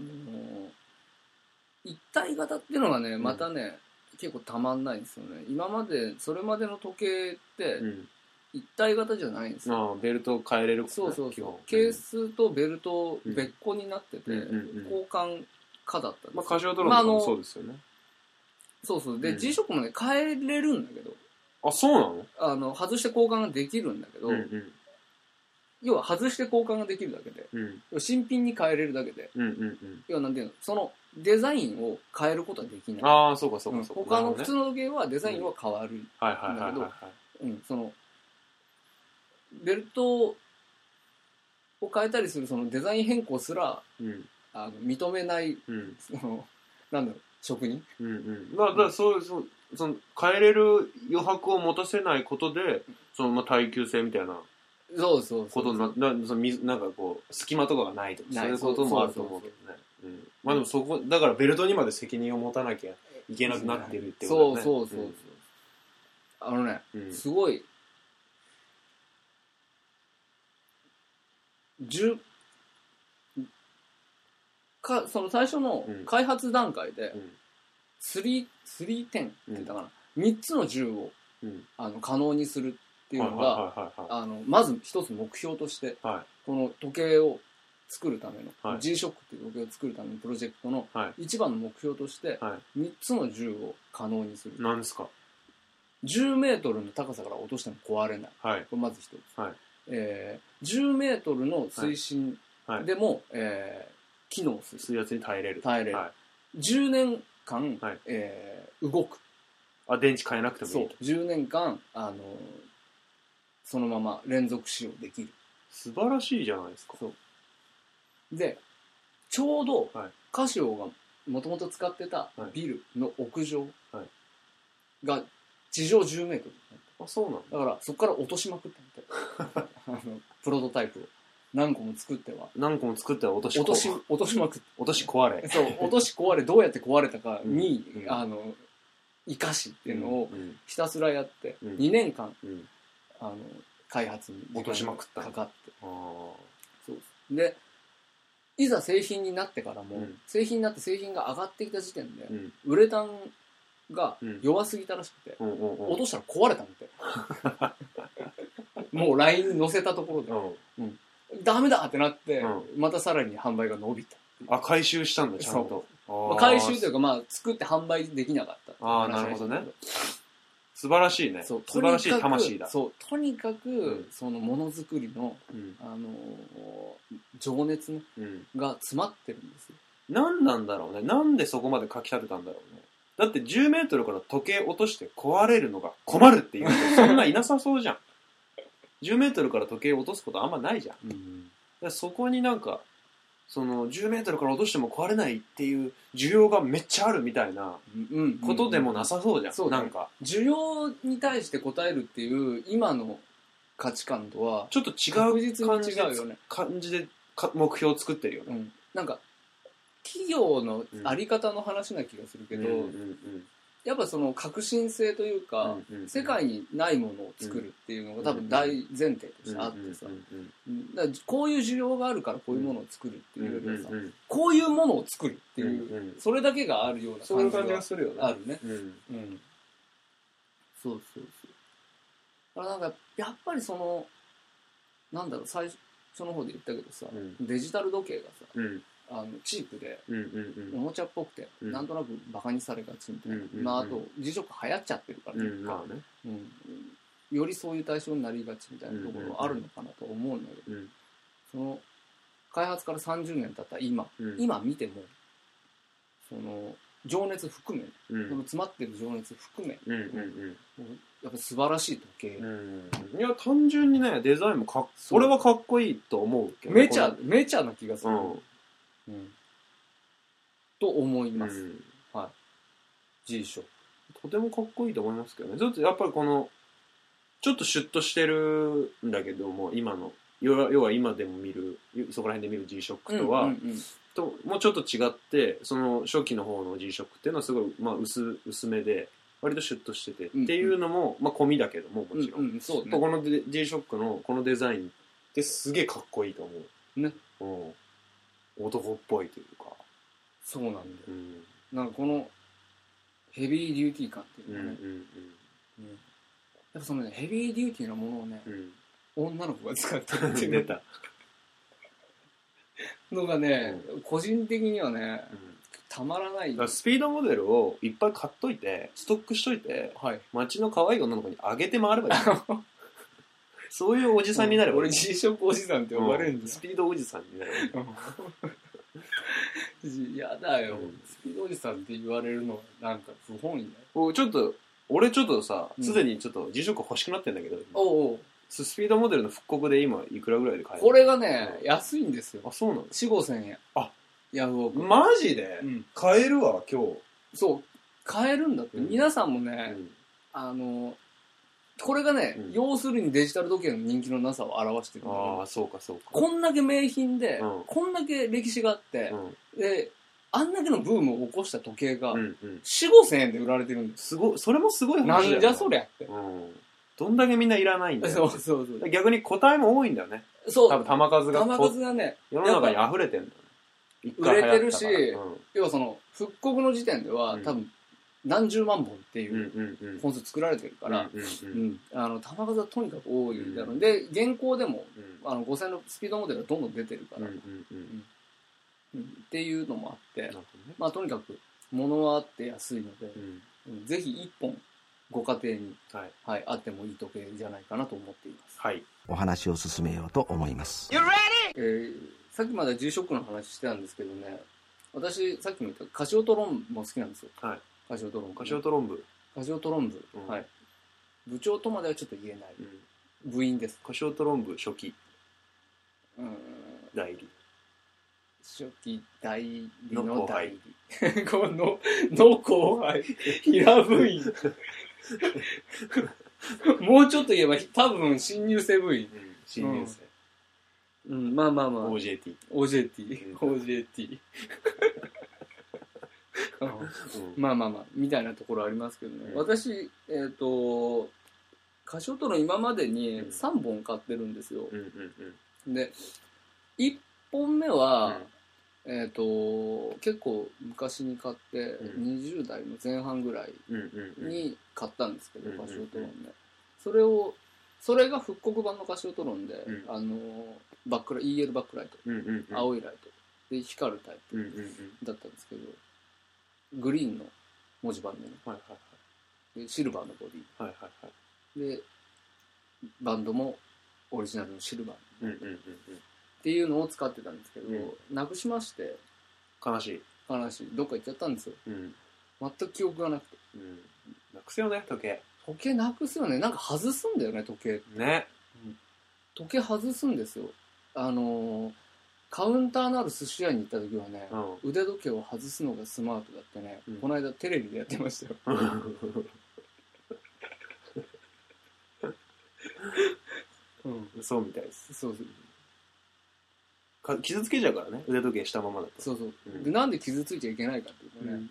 A: 一体型っていうのがね、またね、結構たまんないんですよね今までそれまでの時計って
B: うん。
A: 一体型じゃないんですよ、
B: ああ、ベルトを変えれる
A: そうそうそう、ケ
B: ケ
A: ー
B: ース。
A: スとベルト別個になってて、
B: うんうんうん
A: 交換可だったんですよ
B: まあ、カシオドロ
A: まあ
B: ー
A: あの
B: もそうですよね。
A: そうそうで、
B: うん
A: G ショックもね変えれるんだけど
B: あ、そうなの
A: あの外して交換ができるんだけど、
B: ん。
A: 要は外して交換ができるだけで
B: うん。
A: 要は新品に変えれるだけで
B: うん。うん。
A: 要はなんていうのそのデザインを変えることはできない
B: ああ、そうかそう
A: うん
B: かそうか。
A: 他の普
B: なる
A: 通
B: ほどね
A: の時計はデザインは変わる、
B: はいはいはいはいは
A: うん、そのベルトを変えたりするそのデザイン変更すら
B: い。うん。
A: あの認めない
B: うん。
A: そのなんだろう職人
B: うんうん。だから、だからそう、そう、その、変えれる余白を持たせないことで、その、まあ、耐久性みたいな
A: そうそうそ
B: こ
A: う
B: とにな、なその水なんかこう、隙間とかがないとか、
A: な
B: そ
A: いう
B: いうこともあると思うけどね。うん。まあでもそこ、だからベルトにまで責任を持たなきゃいけなくなってるってことだね。
A: そうそうそうそう、あのね
B: うん。うん。
A: すごい10かその最初の
B: うん
A: 開発段階で
B: うん
A: 3 3点って言ったかな、3つの銃を
B: うん。
A: あの可能にするっていうのが、
B: はいはいはいはいはい。
A: あのまず一つ目標として、
B: は
A: この時計を作るための、
B: はい
A: G-SHOCK っていう時計を作るためのプロジェクトの
B: は
A: 一番の目標として、
B: は
A: 3つの銃を可能にする、
B: なんですか
A: 10メートルの高さから落としても壊れない
B: はい。
A: これまず一つ、
B: はい
A: えー、10メートルの水深
B: はい
A: でも、えー機能する
B: 水圧に耐えれる。
A: 耐えれる
B: はい
A: 10年間、
B: はい
A: えー動く
B: あ、電池変えなくても
A: そ
B: いういと。
A: 10年間あのーそのまま連続使用できる
B: 素晴らしいじゃないですか。
A: でちょうど
B: はい
A: カシオがもともと使ってた
B: はい
A: ビルの屋上
B: はい
A: が地上1 0メートル
B: あ、そうなの
A: だからそこから落としまくった
B: (laughs)
A: みたいあのプロトタイプを何個も作っては
B: 何個も作ったら落とし
A: 落とし
B: 壊れ
A: 落としまくっ
B: 落とし壊れ。
A: てそう落とし壊れどうやって壊れたかに、
B: うんうん
A: あの生かしっていうのを
B: うん
A: ひたすらやって、
B: うん
A: 2年間
B: うん。
A: あの開発に時間が
B: 落としまくった
A: かかって
B: ああ。
A: そうですでいざ製品になってからも、
B: うん
A: 製品になって製品が上がってきた時点で、
B: うん。
A: ウレタンが
B: うん
A: 弱すぎたらしくて、
B: うんうんうん。
A: 落としたら壊れたんだって
B: (laughs)
A: もうラインに乗せたところで、
B: うん。
A: ダメだってなって、
B: う
A: またさらに販売が伸びた、
B: あ、回収したんだ、ちゃん
A: そ
B: と。
A: まあ、
B: あー
A: 回収というかまあ作って販売できなかったっていう話なんですけ
B: あーなるほどね素晴らしいね。
A: そう
B: 素
A: とにから
B: 晴
A: く
B: しい魂だ。
A: そうとにかく、
B: うん
A: そのものづくりの、
B: うん。
A: あのー情熱ね
B: うん。
A: が詰まってるんですよ
B: 何なんだろうね。なんでそこまで書き立てたんだろうね。だって10メートルから時計落として壊れるのが困るっていう
A: (laughs)
B: 人、そんないなさそうじゃん。10メートルから時計落とすことあんまないじゃん。でそこになんか、その10メートルから落としても壊れないっていう需要がめっちゃあるみたいな
A: うんうん
B: ことでもなさそうじゃん。
A: そうだ
B: な
A: ね
B: んか、
A: 需要に対して応えるっていう今の価値観とは
B: ちょっと違
A: 確
B: う
A: 実
B: 感
A: に
B: じ
A: 違
B: で、
A: うよね、
B: 感じでか目標を作ってるよ
A: う
B: ね。
A: ん、なんか企業のあり方の話な気がするけど、
B: うんうん
A: やっぱその革新性というか、
B: うんうんうん
A: 世界にないものを作るっていうのが多分大前提としてあってさ、
B: うんうん
A: うんだからこういう需要があるからこういうものを作るって
B: うん
A: いうよりはさ、
B: うんうんうん
A: こういうものを作るっていう、
B: うんうん
A: それだけがあるような
B: そういう
A: 感じ
B: 感じ
A: が
B: がするよね。
A: あるね
B: うん。
A: うんそうそうそうだからなんかやっぱりそのなんだろう最初の方で言ったけどさ、
B: う
A: デジタル時計がさ
B: うん。
A: あのチープで
B: うん。うん。
A: おもちゃっぽくて、
B: うん
A: なんとなくバカにされがちみたいな、
B: うんうんうん
A: まああと辞職流行っちゃってるから
B: う
A: ね、
B: ん。まあね。
A: うんよりそういう対象になりがちみたいなところはあるのかなと思うんだけど、
B: うん。
A: その開発から30年経った今、
B: うん。
A: 今見てもその情熱含め、
B: うん。
A: その詰まってる情熱含め
B: うん。うん。
A: やっぱ素晴らしい時計、
B: うん。いや、単純にね、デザインもかっ、
A: そう
B: 俺はかっこいいと思うけど。
A: めちゃめちゃな気がす
B: う
A: る、
B: ん。
A: うんと思いうます、
B: ん。
A: G 賞
B: とてもかっこいいと思いますけどね。ちょっとやっぱりこの、ちょっとシュッとしてるんだけども、今の。要は要は今でも見る、そこら辺で見る G-SHOCK とは、
A: うんうんうん
B: ともうちょっと違ってその初期の方の G ショックっていうのはすごい、まあ、薄薄めで割とシュッとしてて、
A: うん
B: っていうのも、まあ、込みだけどももちろん、
A: うんうんそうね
B: とこの G ショックのこのデザインってすげえかっこいいと思う
A: ね
B: うん、男っぽいというか
A: そうなんだよ
B: うん
A: なんかこのヘビーデューティー感っていううんの
B: う
A: が
B: ん
A: ね、うんやっぱそのね、ヘビーデューティーなものをね、
B: うんうん
A: 女の子が使って (laughs) るってい
B: 出
A: う
B: た、
A: のがね、個人的にはね、
B: うん
A: たまらな
B: だ
A: い。
B: か
A: は
B: らスピードモデルをいっぱい買っといてストックしといて
A: い。
B: 街の可愛い女の子にあげて回れ
A: (laughs)
B: ばいいそういうおじさんになればいい
A: 俺、G ショップおじさんって呼ばれるん
B: う
A: で
B: ん
A: す
B: スピードおじさんになればいい
A: やだよ、
B: うん
A: スピードおじさんって言われるのなんか不本意だよ
B: おちょっと俺ちょっとさ
A: うん
B: すでにちょっと G ショック欲しくなってんだけど、
A: おうおう
B: スピードモデルの復刻で今いくらぐらいで買える
A: これがね、
B: う
A: 安いんですよ
B: あそうなの
A: 4 5千円
B: あ
A: ヤフオク、
B: マジで
A: うん
B: 買えるわ今日
A: そう買えるんだって、
B: うん
A: 皆さんもね、
B: うん
A: あのこれがね、
B: うん
A: 要するにデジタル時計の人気のなさを表してるんだけ
B: あ
A: ど
B: あそうかそうか
A: こんだけ名品で、
B: うん
A: こんだけ歴史があって
B: う、ん
A: であんだけのブームを起こした時計が、
B: う
A: 4
B: んうん
A: 5千円で売られてるんです
B: すごいそれもすごい
A: な
B: 話
A: ん
B: だよ
A: じゃそりゃって、
B: うんどんだけみんないらないんだ
A: そう
B: よ
A: そうそう
B: 逆に個体も多いんだよね
A: そう
B: 多分球数が
A: 玉
B: こ
A: 数がね
B: 世の中に溢れてんだよね一
A: 売
B: 回
A: れて
B: 流行っ
A: る
B: た
A: し
B: からうん
A: 要はその復刻の時点では、
B: うん
A: 多分何十万本って
B: うん
A: いう
B: うんうん
A: 本数作られてるから、
B: うん
A: う
B: うんん
A: あの球数はとにかく多いだろう、
B: うん
A: で現行でも
B: うん
A: あの5000のスピードモデルがどんどん出てるか
B: うんう
A: ら、
B: んうん
A: うんっていうのもあって、
B: なるほどね
A: まあとにかく物はあって安いので
B: う、ん
A: うんぜひ1本ご家庭に、
B: はい
A: はい、あってもいい時計じゃないかなと思っています、
B: はい
C: お話を進めようと思います
A: えーさっきまで G ショックの話してたんですけどね私さっきも言ったカシオトロンも好きなんですよ
B: はい
A: カシオトロン
B: カシオトロンブ
A: カシオトロン部、
B: うん
A: はい部長とまではちょっと言えない
B: うん
A: 部員です
B: カシオトロンブ初期
A: うーん
B: 代理
A: 初期代理の
B: の後
A: 代
B: 輩
A: 理 (laughs) このの後輩平部 (laughs) 員もうちょっと言えば多分新入生部員、
B: 新入生
A: うん、まあまあまあ
B: OJT
A: OJT
B: うん
A: OJT うん
B: うん
A: まあまあまあ、みたいなところありますけどね。
B: うん
A: 私、えっ、と、カシオトロン今までに
B: うん
A: 3本買ってるんですよ。
B: うんうんうん
A: で、1本目は、えっ、と、結構昔に買って、
B: う
A: 20代の前半ぐらい
B: うんうんうん
A: に買ったんですけど、
B: うん
A: カシオトロンで。それを、それが復刻版のカシオトロンで、
B: うん
A: あの、バックラ、EL バックライト、
B: うんうんうん
A: 青いライト、で、光るタイ
B: うんうんう
A: プ
B: ん
A: だったんですけど、グリーンの文字盤でね、
B: はいはい
A: でシルバーのボデ
B: はいはいはいはい
A: ィでバンドもオリジナルのシルバー
B: うんうんうんうん
A: っていうのを使ってたんですけど、
B: う
A: なくしまして
B: 悲しい
A: 悲しいどっか行っちゃったんですよ
B: うん
A: 全く記憶がなくて
B: うんなくせよね時計
A: 時計なくすよねなんか外すんだよね時計
B: ね
A: 時計外すんですよあのーカウンターのある寿司屋に行った時はね、
B: うん
A: 腕時計を外すのがスマートだってね、
B: うん
A: この間テレビでやってましたようん
B: そうみたいです
A: そうそう
B: か傷つけちゃうからね腕時計したままだと
A: そうそう、
B: うん
A: でなんで傷ついちゃいけないかっていうとね、
B: うん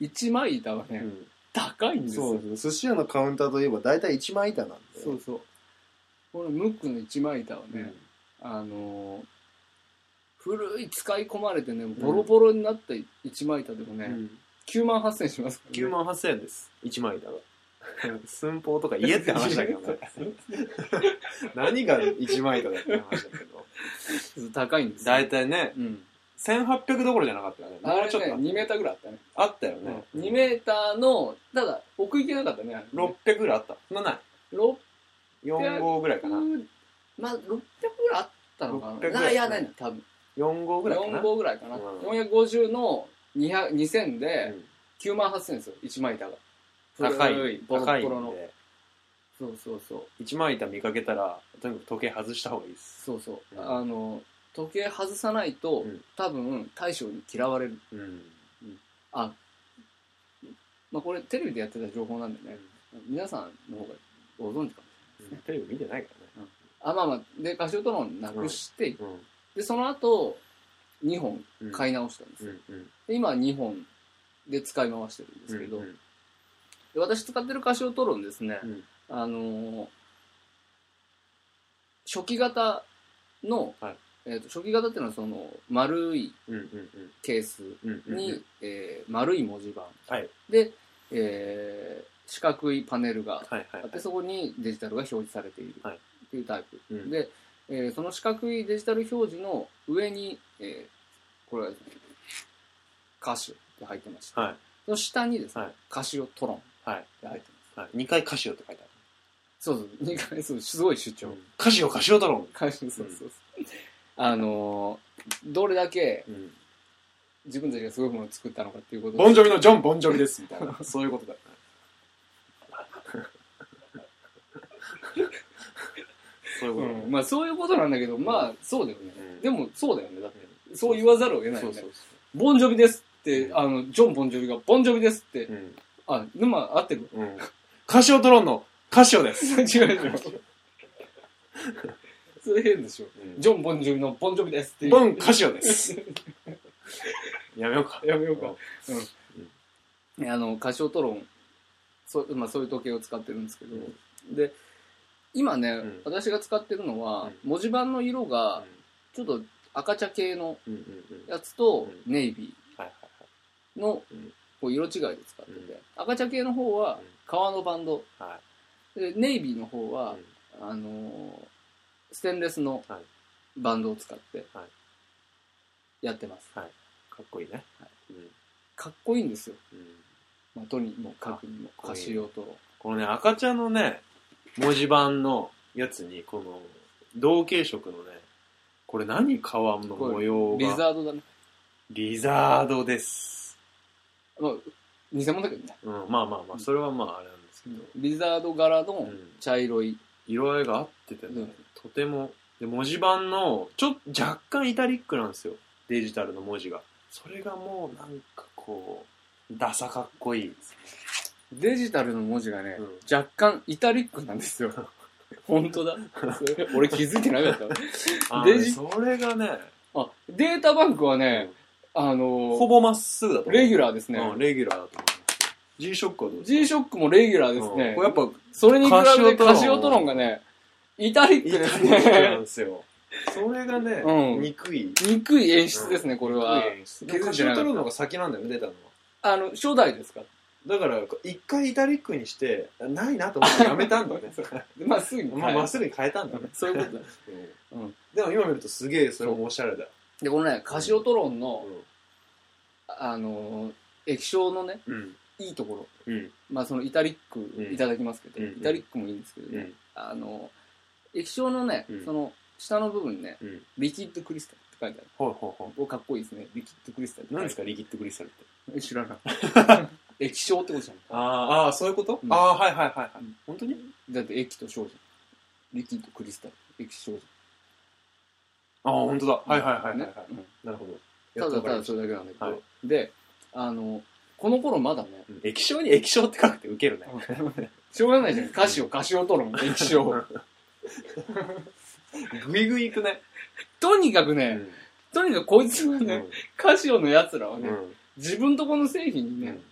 A: 一枚板はね、
B: うん
A: 高いんですよ
D: そうです寿司屋のカウンターといえば大体1枚板なんで
A: そうそうこのムックの一枚板は
B: う
A: ね
B: ん、
A: あのー古い使い込まれてねボロボロになった一枚板でもね、
B: うん
A: 9万8000円しますから、ね、
B: 9万8000円です1枚だが (laughs) 寸法とか言えって話だけ
A: (laughs)
B: どね何が1枚だって話だけど
A: 高いんですよ
B: 大体ね
A: うん、
B: 1800どころじゃなかったよね
A: あ
B: もう
A: れ
B: ちょっ
A: ね
B: と
A: 2メーターぐらいあったね
B: あったよね
A: 2メーターのただ奥行きなかったねあれね
B: 600ぐらいあったそんなない
A: 600
B: 4号ぐらいかな
A: まあ600ぐらいあったのか
B: 600
A: な
B: ぐらい
A: ないやないな多分
B: 4号ぐらいかな
A: 4号ぐらいかな、
B: うん
A: 450の200 2000で、
B: うん
A: 9万8000円ですよ1枚板が
B: 高
A: 古
B: い
A: ボロ
B: 高い
A: ボロ
B: ん
A: の
B: で
A: そうそうそう
B: 1枚板見かけたらとにかく時計外した方がいいです
A: そうそう、
B: うん
A: あの時計外さないと、
B: うん
A: 多分大将に嫌われる
B: うん
A: あまあこれテレビでやってた情報なんでね、皆さんの方がご存知かも
B: テレビ見てないか
A: あまあまあでカシオトロンなくして、
B: らね
A: でその後2本
B: うん
A: 買い直したんです
B: う
A: よ、
B: んうん
A: で今は2本で使い回してるんですけど、で私使ってるカシオトロンですね、
B: うん
A: あのー初期型の、
B: はい
A: えーと初期型っていうのはその丸い
B: うんうんうん
A: ケース
B: うんうんうん
A: に、えー丸い文字盤、
B: はい
A: でえー四角いパネルが
B: はいはい
A: あ
B: は
A: って
B: い
A: そこにデジタルが表示されている
B: はい
A: っていうタイプ、
B: うん
A: で、えーその四角いデジタル表示の上に、えーこれは歌手って入ってました、
B: はい
A: その下にですね、
B: はい
A: カシオトロンっ
B: はい
A: て入ってます
B: はい2回カシオって書いてあ
A: そうそう二回そうすごい主張、
B: るカシオカシオだろ
A: カシオそうそうそう、あのーどれだけ
B: うん
A: 自分たちがすごいものを作ったのかっていうこと
B: ボンジョビのジョン・ボンジョビですみたいなそういうことだよねそういうことだよ
A: うん
B: ね
A: まあそういうことなんだけど、まあそうだよね。
B: うん
A: でもそうだよね。だって
B: う
A: そう言わざるを得
B: ん
A: ない
B: そ
A: よ
B: う
A: ね
B: そう。
A: ボンジョビですって
B: う、ん
A: あの、ジョン・ボンジョビが、ボンジョビですって
B: そ、ううん
A: あ、沼合ってる
B: うんカシオドローンのカシオです
A: 違うでしょ。それ変でしょ。ジョン・ボンジョビのボンジョビですっていう。
B: ボンカシオです。やめようか。
A: やめようか。
B: ん
A: ねあの、カシオトロン、そうまあ、そういう時計を使ってるんですけど、
B: う
A: で、今ね、
B: ん
A: 私が使ってるのは、
B: うん
A: 文字盤の色が、ちょっと赤茶系の
B: うんうんうん
A: やつと、
B: うん
A: ネイビ
B: はいはい
A: ーの
B: うん
A: こう色違いで使ってて、
B: うん
A: 赤茶系の方は
B: うん
A: 革のバンド、
B: は
A: でネイビーの方
B: い。
A: は
B: うん、
A: あのーステンレスの
B: はい
A: バンドを使って
B: は
A: やってます、
B: かっこいいね。うん
A: かっこいいんですよ、
B: うん
A: まあ、とにもかくにも
B: かっこいい
A: カシオと
B: このね、赤ちゃんのね、文字盤のやつに、この、同系色のね、これ何革の模様
A: リ
B: が。
A: ザードだね、
B: リザードです。
A: まあ、偽物だけどね
B: うん、まあまあまあ、それはまああれなんですけど。
A: リザード柄
B: う
A: の
B: ん
A: 茶色い、
B: 色合いが合ってて
A: う
B: ね
A: ん、
B: とてもで文字盤のちょっと若干イタリックなんですよデジタルの文字がそれがもうなんかこうダサかっこいいです
A: デジタルの文字がね、
B: うん
A: 若干イタリックなんです
B: (laughs)
A: よ本当だそれ (laughs) 俺気づいてなか
B: (laughs)
A: った
B: あ
A: デ
B: デ
A: ジ
B: ジそれがね
A: あ、データバンクはね、あ
B: ほ
A: の
B: ぼまっすぐだと
A: ー、
B: 思う
A: レギュラーですね。
B: うん、レギュラーだと思います G ショックはどうです
A: G-SHOCK もレギュラー
B: か
A: ですね。
B: うんこ
A: それに比べてカ
B: カ
A: シ
B: シ
A: オ
B: オ
A: ト
B: ト
A: ロ
B: ロ
A: ン
B: ン
A: がね、イタリッ
B: れ
A: ク
B: やっ
A: で
B: ぱ
A: す
B: イタリックなん
A: ね。
B: ですよ (laughs) それがね、
A: うん
B: 憎い
A: 憎い演出ですね、これは。
B: でもカシオトロンの方が先なんだよね出たのは
A: あの、初代ですか
B: だから一回イタリックにしてないなと思ってやめたんだ (laughs) ね
A: でまあ、すぐに。
B: まあ、
A: はい
B: まっすぐに変えたんだね。
A: そういうこと (laughs) だ。
B: うんでも今見るとすげえそれもおしゃれだよ。
A: で、このね、カシオトロンの、
B: う
A: あのー、液晶のね、
B: ん。
A: いいところ。
B: うん。
A: まあ、そのイタリック
B: うん
A: いただきますけど、
B: うん
A: イタリックもいいんですけど
B: う
A: ね
B: ん、
A: あのー、液晶のね
B: う、ん
A: その、下の部分ね
B: うん、
A: リキッドクリスタルって書いてある。
B: ほいほいほ
A: おかっこいいですね。リキッドクリスタル。
B: い。何ですか、リキッドクリスタルって。
A: え知らない。
B: (laughs)
A: 液晶ってことじゃ
B: ああ、ああ、そういうこと、
A: うん
B: ああ、はいはいはいはい。
A: うん
B: 本当に
A: ん。だって液と晶じゃん。リキッドクリスタル。液晶じ
B: ああ、本当だ。はいはいはい
A: ゃ
B: は
A: ん。
B: い、は
A: ねう
B: い
A: ん
B: なるほど。
A: ただただ
B: ち
A: それだけなんだけど。
B: はい
A: で、あの、この頃まだね、 (laughs)
B: 液晶に液晶って書くてウケるね。
A: しょうがないじゃん。歌詞を、歌詞を取るもん、液晶。
B: (laughs) グイグイいくね。
A: とにかく
B: う
A: ね、とにかくこいつはね、カシオの奴らは
B: うん
A: ね、自分とこの製品に
B: う
A: ね
B: ん、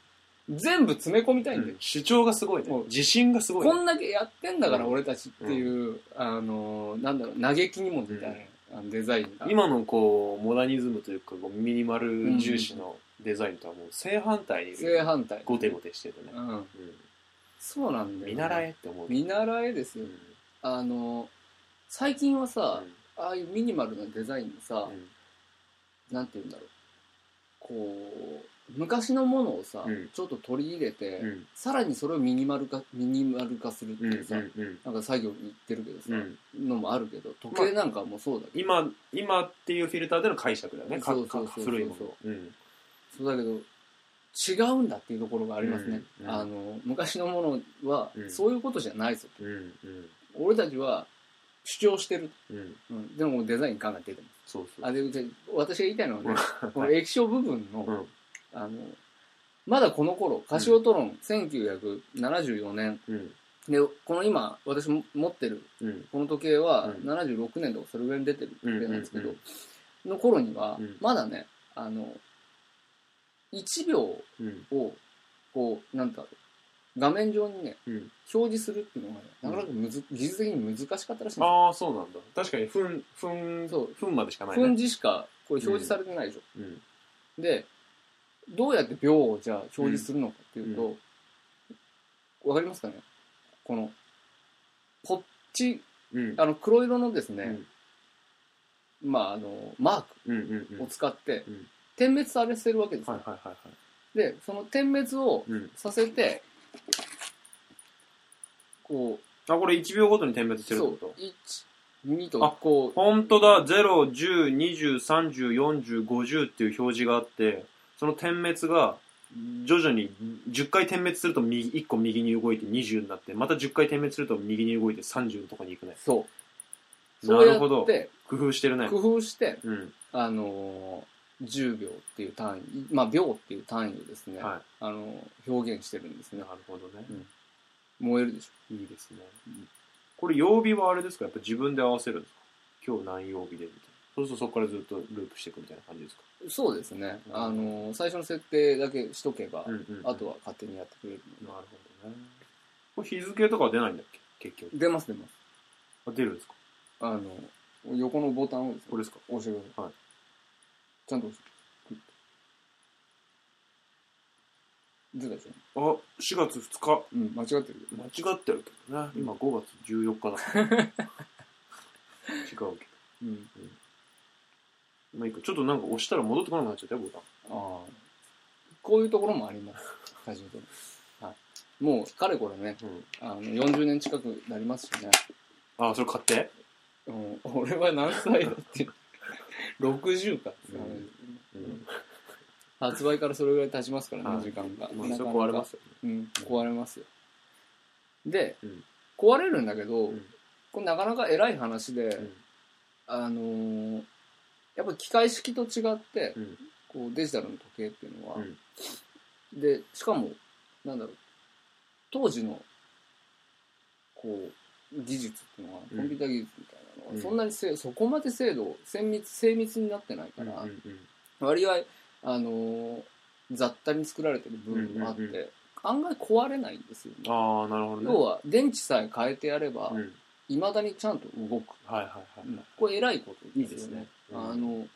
A: 全部詰め込みたいんだよ。
B: 主張がすごいね
A: もう。
B: 自信がすごい、
A: こ
B: ね。
A: んだけやってんだから
B: うん
A: 俺たちっていう、あの、なんだろう、嘆きにもみたいなあのデザインが。
B: 今のこう、モダニズムというか、こうミニマル重視のデザインとはもう正反対に
A: 正反対。
B: ゴテゴテしててね
A: う。ん。
B: うん
A: そうなんだよ、
B: 見習えって思う。
A: 見習えです
B: う
A: よ、
B: ん
A: あの最近はさ、ああいうミニマルなデザインでさ、なんて言うんだろうこう昔のものをさ、
B: うん
A: ちょっと取り入れて、
B: うん
A: さらにそれをミニマル化ミニマル化するって
B: うん
A: いうさ、
B: うん
A: なんか作業に行ってるけどさ、
B: うん
A: のもあるけど時計なんかもそうだけど、
B: 今今っていうフィルターでの解釈だよねか
A: そうそうそう
B: か古いものうん
A: そうだけど違うんだっていうところがありますね、
B: うんうん
A: あの昔のものは、
B: うん
A: そういうことじゃないぞと
B: うんうん
A: 俺たちは主張してる、
B: うん
A: うん、でもデザイン考えてる
B: そうそう
A: あでで私が言いたいのはね、この液晶部分の、
B: うん
A: あの、まだこの頃、カシオトロン、1974年。
B: うん
A: で、この今、私も持ってる、
B: うん
A: この時計は、
B: うん
A: 76年とかそれぐらいに出てる時計なんですけど、
B: うんうん
A: の頃には、
B: うん
A: まだね、あの、1秒を、
B: うん
A: こう、なんだろう、画面上にね、
B: うん
A: 表示するっていうのがね、なかなかむず、技術的に難しかったらしいんですよ。
B: ああそうなんだ確かにふんふん
A: そう
B: ふんまでしかない
A: 分
B: ね
A: 時しか、これ表示されてないでしょ。
B: うん
A: で、どうやって秒をじゃあ表示するのかっていうと、
B: う
A: わかりますかねこの、こっち、
B: うん。
A: あの、黒色のです
B: う
A: ね、
B: ん
A: まあ、あの、マ
B: うんうん
A: ー
B: う
A: クを
B: ん。
A: 使って
B: うん、
A: 点滅させるわけです
B: はい
A: よ
B: はい。はいはい。
A: で、その点滅を
B: うん。
A: させて、こ
B: あ、これ1秒ごとに点滅
A: う、
B: してる
A: そ
B: って
A: う
B: こと、
A: 1、2
B: あ
A: と、こう、
B: 本当だ、0、10、20、30、40、50っていう表示があって、その点滅が、徐々に10回点滅すると右1個右に動いて20になって、また10回点滅すると右に動いて30のとこに行くね。
A: そう。
B: な
A: そう
B: る
A: や
B: ほど
A: って、
B: 工夫してるね。
A: 工夫して、
B: うん。
A: あのー、10秒っていう単位、まあ、秒っていう単位をですね、
B: は
A: あのー、表現してるんです
B: い。
A: ね
B: な。るほどね。
A: 燃えるでしょ。
B: いいですね。これ曜日はあれですかやっぱ自分で合わせるんですか今日何曜日でみたいな。そうするとそこからずっとループしていくみたいな感じですか
A: そうですね。
B: うん
A: あのー、最初の設定だけしとけば、
B: んうん
A: あとは勝手にやってくれる
B: な
A: の
B: るほどね。これ日付とかは出ないんだっけ結局。
A: で。出ます、出ます。
B: あ出るんですか
A: あのー、横のボタンをですね
B: これですか
A: 押してください。
B: はい
A: ちゃんと押して。クイッ出たでしょ
B: あ、4月2日。
A: うん、間違ってる。
B: 間違ってるけどね。今5月14日だ。
A: (laughs)
B: 違うけど。
A: うん。
B: まあいいか。ちょっとなんか押したら戻ってこなくなっちゃったよ、ボタン。
A: ああ。こういうところもあります。最終的に。はい。もう、かれこれね、
B: うん。
A: あの、40年近くなりますしね。
B: あ、それ買って。
A: うん、俺は何歳だ (laughs) って。60かって話ですね
B: うん。
A: 発売からそれぐらい経ちますからね、
B: はい
A: 時間が。
B: ま
A: な
B: あ、そ
A: かなか
B: れ壊れますよね。
A: うん、壊れますよ。で、
B: うん
A: 壊れるんだけど、
B: うん
A: これなかなか偉い話で、
B: ん
A: あのーやっぱり機械式と違って、
B: うん
A: こうデジタルの時計っていうのは、
B: うん
A: で、しかも、なんだろう、当時の、こう、技術っていうのは、
B: うん
A: コンピューター技術みたいなのは、
B: うん
A: そんなにせそこまで精度、精密、精密になってないか
B: うん
A: ら、
B: うんうん
A: 割合、あのー雑多に作られてる部分もあって、
B: うんうんう
A: 案外壊れないんですよね。
B: ああ、なるほどね。
A: 要は、電池さえ変えてやれば、
B: うん。
A: いまだにちゃんと動く。
B: はいはいはい。
A: これ偉いこと
B: い
A: で
B: い
A: す
B: で
A: よね
B: すね。。
A: あの、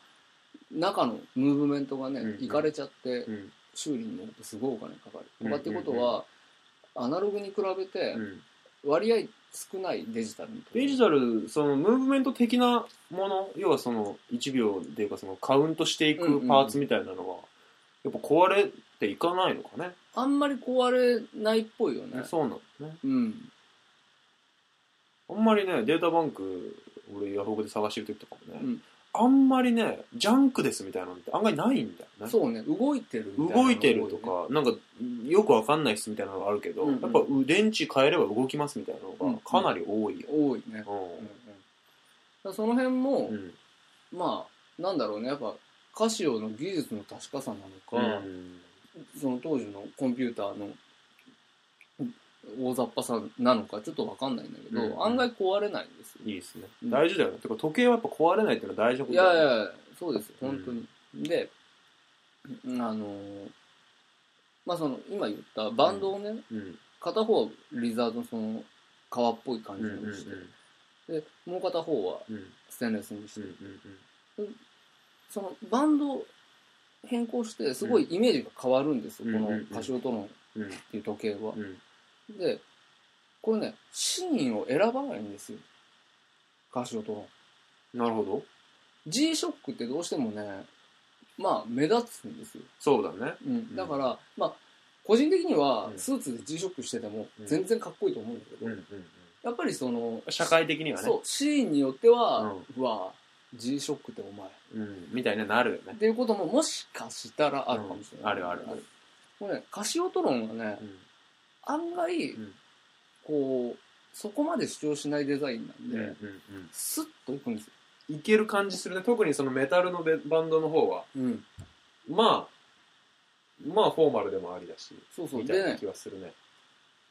A: 中のムーブメントが
B: うん
A: ね、
B: うん
A: いかれちゃって
B: う、ん、
A: 修理にもすごいお金かかる。
B: うん
A: とかってことは、アナログに比べて
B: う、ん。
A: 割合少ないデジタルに。
B: デジタル、その、ムーブメント的なもの、要はその、1秒っていうか、その、カウントしてい
A: うんうんう
B: く
A: ん
B: パーツみたいなのは、やっぱ壊れていかないのかね。
A: あんまり壊れないっぽいよね。
B: そうなのね。
A: うん。
B: あんまりね、データバンク、俺、ヤフオクで探してる時とかもね、
A: うん
B: あんまりね、ジャンクですみたいなのって案外ないんだよね。
A: そうね、動いてるみたな
B: 動いてるとか、なんか、よくわかんないっすみたいなのがあるけど、
A: うんうん
B: やっぱ、う電池変えれば動きますみたいなのが、かなり多いよ。
A: 多いね。うんうんだからその辺も
B: う、ん。
A: まあ、なんだろうね、やっぱ、カシオの技術の確かさなのか、
B: ん。
A: その当時のコンピューターの大雑把さなのかちょっとわかんないんだけど、
B: うんうん
A: 案外壊れないんですよ。
B: いいですね。
A: うん
B: 大事だよね。てか、時計はやっぱ壊れないっていうのは大事なこ
A: い
B: とだ
A: や
B: よ
A: いや
B: ね。
A: いや、そうですよ、本当に。で、うんあのーまあその、今言ったバンドをね、
B: うん。
A: 片方はリザードのその、革っぽい感
B: うん
A: じ
B: うんうん。
A: にして、で、もう片方は
B: うん
A: ステンレスにして、
B: うんうん
A: そのバンドを変更して、すごいイメージが変わるんですよ、
B: う
A: こ
B: んうんうん
A: のカシオトロンっ
B: うん
A: ていう時計は
B: う。ん。
A: で、これね、真人を選ばないんですよ。カシオトロン。
B: なるほど。
A: G-SHOCK ってどうしてもね、まあ、目立つんですよ。
B: そうだね。
A: うん。だから、まあ、個人的には
B: う、ん
A: スーツで G-SHOCK してても
B: う、ん
A: 全然かっこいいと思うんだけど、
B: うん
A: やっぱりその、
B: 社会的にはね。
A: そう、シーンによっては
B: うん、
A: うわ、G-SHOCK ってお前。っ
B: うん。みたいになるよね。
A: ていうことも、もしかしたらあるかもしれない。
B: うんあるあるある。
A: これね、カシオトロンはね
B: う、ん
A: 案外
B: ん、
A: こう、そこまで主張しないデザインなん
B: うんう
A: で、
B: ん
A: スッといくんですよ。
B: うん。いける感じするね。特にそのメタルのベバンドの方は、
A: うん。
B: まあ、まあフォーマルでもありだし、
A: そうそう。
B: みた
A: で
B: いな
A: ね
B: 気、はするね。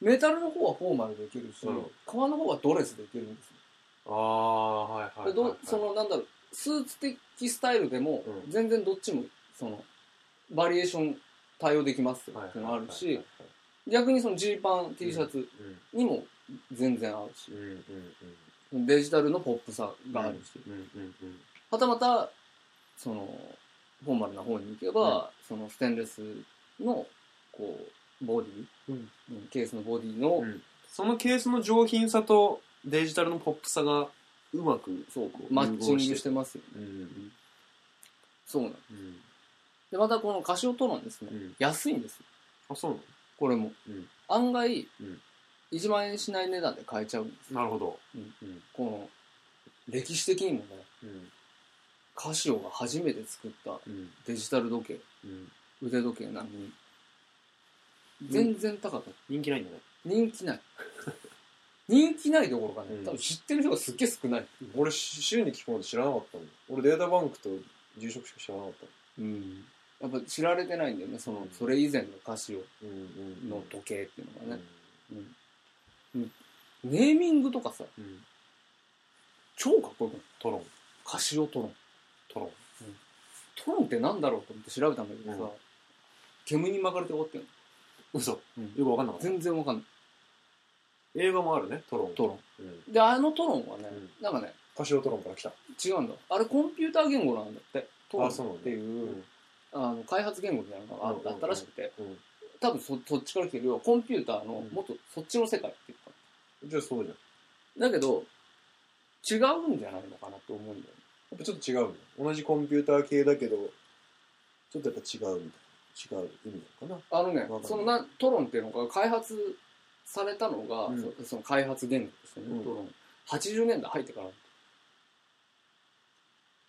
A: メタルの方はフォーマルでいけるし、
B: うん
A: 革の方はドレスでいけるんですよ。
B: ああ、はいはいはいは
A: で
B: い。
A: どその、なんだろう、スーツ的スタイルでも
B: う、ん
A: 全然どっちも、その、バリエーション対応できますよ
B: はい
A: っていうの
B: はい
A: も
B: は
A: あ
B: いはい、
A: るし、逆にそのジーパン、T シャツ
B: うん、
A: にも全然合うし
B: うん、うんうん
A: デジタルのポップさ
B: うん。
A: があるし、
B: うんうんうん。
A: はたまた、その、フォーマルな方に行けば、そのステンレスの、こう、ボディ、
B: うん
A: うんケースのボディの、
B: うんそのケースの上品さとデジタルのポップさがうまく
A: そうマッチングしてますよね
B: うん
A: そうなん
B: うん
A: でまたこのカシオトロンですね、
B: うん
A: 安いんですよ
B: あそうな
A: これも、
B: うん
A: 案外、
B: うん
A: 1万円しない値段で買えちゃうんです
B: のなるほど
A: うん
B: うん
A: この歴史的にもね
B: うん
A: カシオが初めて作った
B: うん
A: デジタル時計
B: うん
A: 腕時計なのに全然高かった
B: 人気ないんだね
A: 人気
B: (laughs)
A: ない人気ないどころかね、
B: うん
A: 多分知ってる人がすっげえ少ない、
B: 俺し週に聞くまで知らなかったの俺データバンクと住職しか知らなかった
A: うん、やっぱ知られてないんだよねそのそれ以前のカシオ
B: のうんうん
A: の時計っていうのがね、
B: う
A: ネーミングとかさ
B: んうん
A: 超かっこよくない
B: トロン
A: カシオトロン
B: トロン
A: トロンってなんだろうと思って調べたんだけどさ、
B: うん
A: 煙に巻かれて終わってんの
B: 嘘よ
A: うん
B: くわかんなかった
A: 全然わかんない
B: 映画もあるねトロン
A: トロ
B: ンうん
A: であのトロンはね、
B: う
A: なんかね
B: カシオトロンから来た
A: 違うんだあれコンピューター言語なんだってトロン
B: あそうなん
A: っ
B: だ
A: ていう
B: うん
A: あの開発言語みたいなのがあ
B: うんうんうん
A: ったらしくて
B: うん
A: 多分そそっちから来てるよコンピューターの
B: うん
A: もっとそっちの世界っていうか
B: じゃあそうじゃ
A: だ
B: ん
A: けど違うんじゃないのかなと思うんだよね
B: やっぱちょっと違うの同じコンピューター系だけどちょっとやっぱ違うみたいな違う意味なのか
A: あのね
B: わかんない
A: そのなトロンっていうのが開発されたのが、
B: うん
A: そその開発言語ですね、
B: うん
A: トロン80年代入ってから
B: な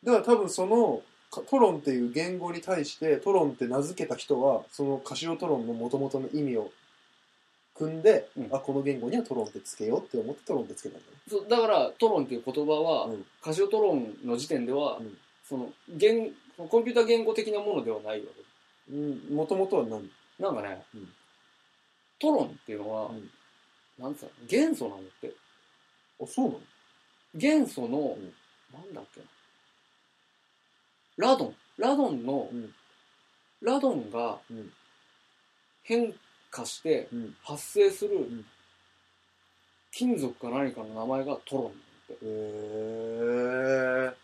B: だから多分そのかトロンっていう言語に対してトロンって名付けた人はそのカシオトロンの元々の意味を組んで、
A: うん
B: あこの言語にはトロンってつけようって思ってトロンってつけたんだね
A: そうだからトロンっていう言葉は、
B: うん
A: カシオトロンの時点では、
B: うん
A: その言コンピューター言語的なものではないわ
B: うんもともとは何
A: けなんかね、
B: うん
A: トロンっていうのは、
B: うん
A: なんつうの元素なんだって
B: あそうなの
A: 元素の、
B: うん
A: なんだっけなラドンラドンの、
B: うん
A: ラドンが
B: うん
A: 変化して
B: うん
A: 発生する
B: ん
A: 金属か何かの名前がトロンなんだって
B: へえ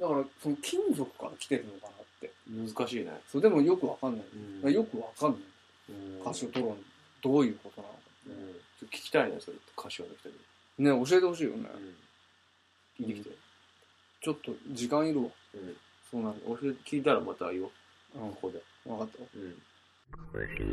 A: だからその金属から来てるのかなって
B: 難しいね、
A: それでもよくわかんない、
B: うん
A: よくわかんないカシオトロンどういうことな
B: うん、ちょっと聞きたいねそれ歌手の人に、
A: のかね教えてほしいよね、
B: 聞いてきて、
A: ちょっと時間いるわ
B: うん、
A: そうなんだ
B: 俺聞いたらまた言おう
A: うん
B: ここで、
A: 分かった
B: うん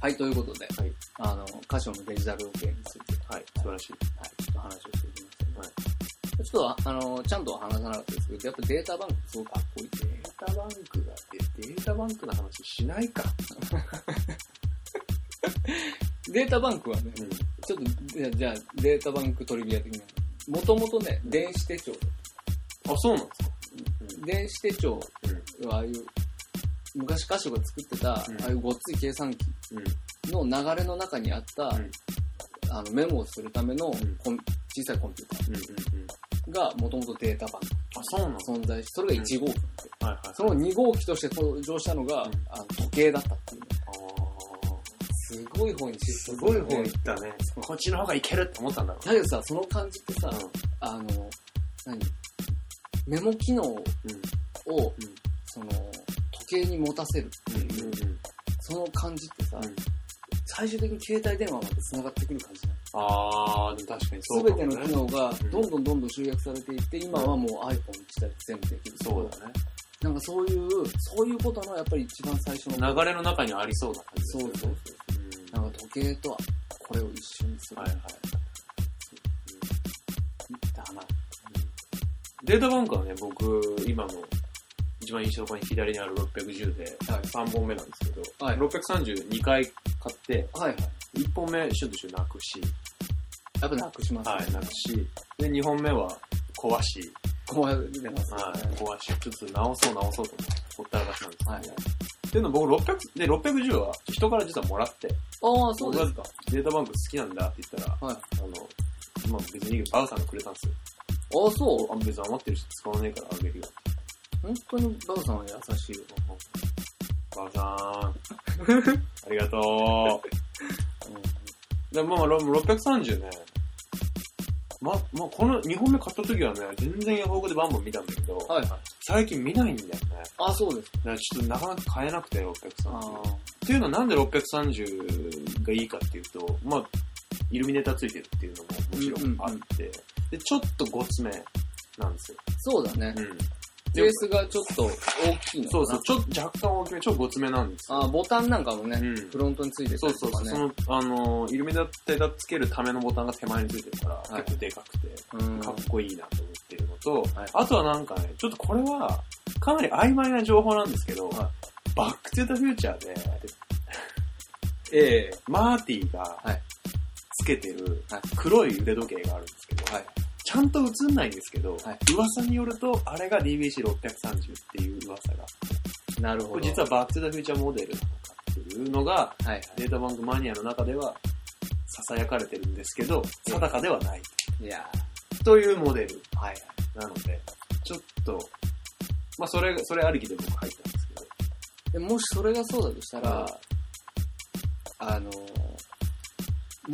A: はいということで、
B: はい
A: あのカシオのデジタル時計について
B: はい、素晴らしい。
A: はい、ちょっと話をしていきますけど、ちょっとああのちゃんとは話さなかったですけど、やっぱデータバンクすごくかっこいいですね。
B: データバンクが、データバンクの話しないか。
A: (laughs) データバンクはね、
B: うん。
A: ちょっとじゃあじゃあデータバンクトリビア的な。もともとね、
B: うん
A: 電子手帳。
B: あ、そうなんですか。
A: 電子手帳はああいう、昔歌手が作ってた、
B: うん
A: ああいうごっつい計算機
B: うん。うん。
A: の流れの中にあった、
B: うん
A: あのメモをするための
B: ん
A: コン小さいコンピュー
B: うん。うん。
A: ターがもともとデータバンク
B: あ、そうなんです
A: 存在し、それが1号機。
B: か。はいはい。
A: その2号機として登場したのが、
B: うん
A: あの時計だったっていうね。
B: あ
A: すごい方にシフ
B: ーす
A: ト
B: ごい
A: するね
B: 方行ったね。こっちの方がいけるって思ったんだろ
A: だけどさその感じってさ、
B: うな。
A: あの何メモ機能を、その時計に持たせるって
B: うん。
A: いう、
B: うん。
A: その感じってさ、
B: うん
A: 最終的に携帯電話まで繋がってくる感じだ
B: あー、でも確かにそう
A: 全
B: か
A: て
B: もね。
A: の機能が
B: うん
A: どんどんどんどん集約されていって今はもう iPhone 自体で全部できる
B: そうだね。
A: なんかそういうそういうことのやっぱり一番最初の
B: 流れの中にありそうな感じで
A: そ
B: す
A: う
B: よ
A: そ
B: ね
A: うそう
B: う
A: なんか時計とはこれを一緒にす
B: ん
A: る
B: はいはい。
A: だな
B: データバンクはね、僕、今も、一番印象的に左にある610で、
A: はい
B: 3本目なんですけど、
A: はい
B: 632回買って、
A: はいはい
B: 1本目、シュッとシュッなくし、
A: やっぱなくします、
B: はい、なくし、で、2本目は壊し、
A: こうやってます、
B: はい、壊し、ちょっと直そう直そうと思って、ほったらかしなんですけど、
A: はい
B: っていうの僕600、で、610は人から実はもらって、
A: ああ、そうですか。
B: データバンク好きなんだって言ったら、
A: はい。あ
B: あの、まあ別にいいけど、バウさんがくれたんですよ。
A: あ、そう。
B: あ別に余ってるし使わねえからあげるよ。
A: 本当にバウさんは優しいよ。
B: ばあ
A: (laughs)
B: さん。ありがとう。で、まあ、ろ630ね。ま、まあ、この2本目買った時はね、全然ヤフオクでバンバン見たんだけど、
A: はいは
E: 最近見ないんだよね。だか
A: あ、そうですか。
E: らちょっとなかなか買えなくて、630。
A: あ
E: っていうのはなんで630がいいかっていうと、まあ、イルミネーターついてるっていうのももちろんあって、で、ちょっとごつめなんですよ。
A: そうだね。
E: うん。
A: ベースがちょっと大きいのかな。
E: そうそう、ちょっと若干大きめ、ちょっとごつめなんですよ。
A: あ、ボタンなんかもね、
E: うん。
A: フロントについてた
E: そう
A: り
E: そ
A: とか
E: うそう、
A: ね。
E: その、あの、イルミネーターつけるためのボタンが手前についてるから、
A: い
E: 結構でかくて、
A: うん
E: かっこいいなと思ってるのと、
A: はい
E: あとはなんかね、ちょっとこれは、かなり曖昧な情報なんですけど、
A: は
E: バックトゥーザフューチャーで、
A: ええ
E: マーティが
A: はい
E: つけてる
A: はい
E: 黒い腕時計があるんですけど、
A: はい
E: ちゃんと映んないんですけど、
A: はい
E: 噂によると、あれが DBC630 っていう噂が、
A: なるほ
E: こ
A: ど。
E: れ実はバックトゥーザフューチャーモデルなのかっていうのが、
A: はい、はい。
E: データバンクマニアの中では、囁かれてるんですけど、定かではない。
A: いや
E: というモデル。はい。なので、ちょっと、まあ、それ、それありきで僕入ったんですけど。
A: ーでもしそれがそうだとした、
E: だから
A: あのー、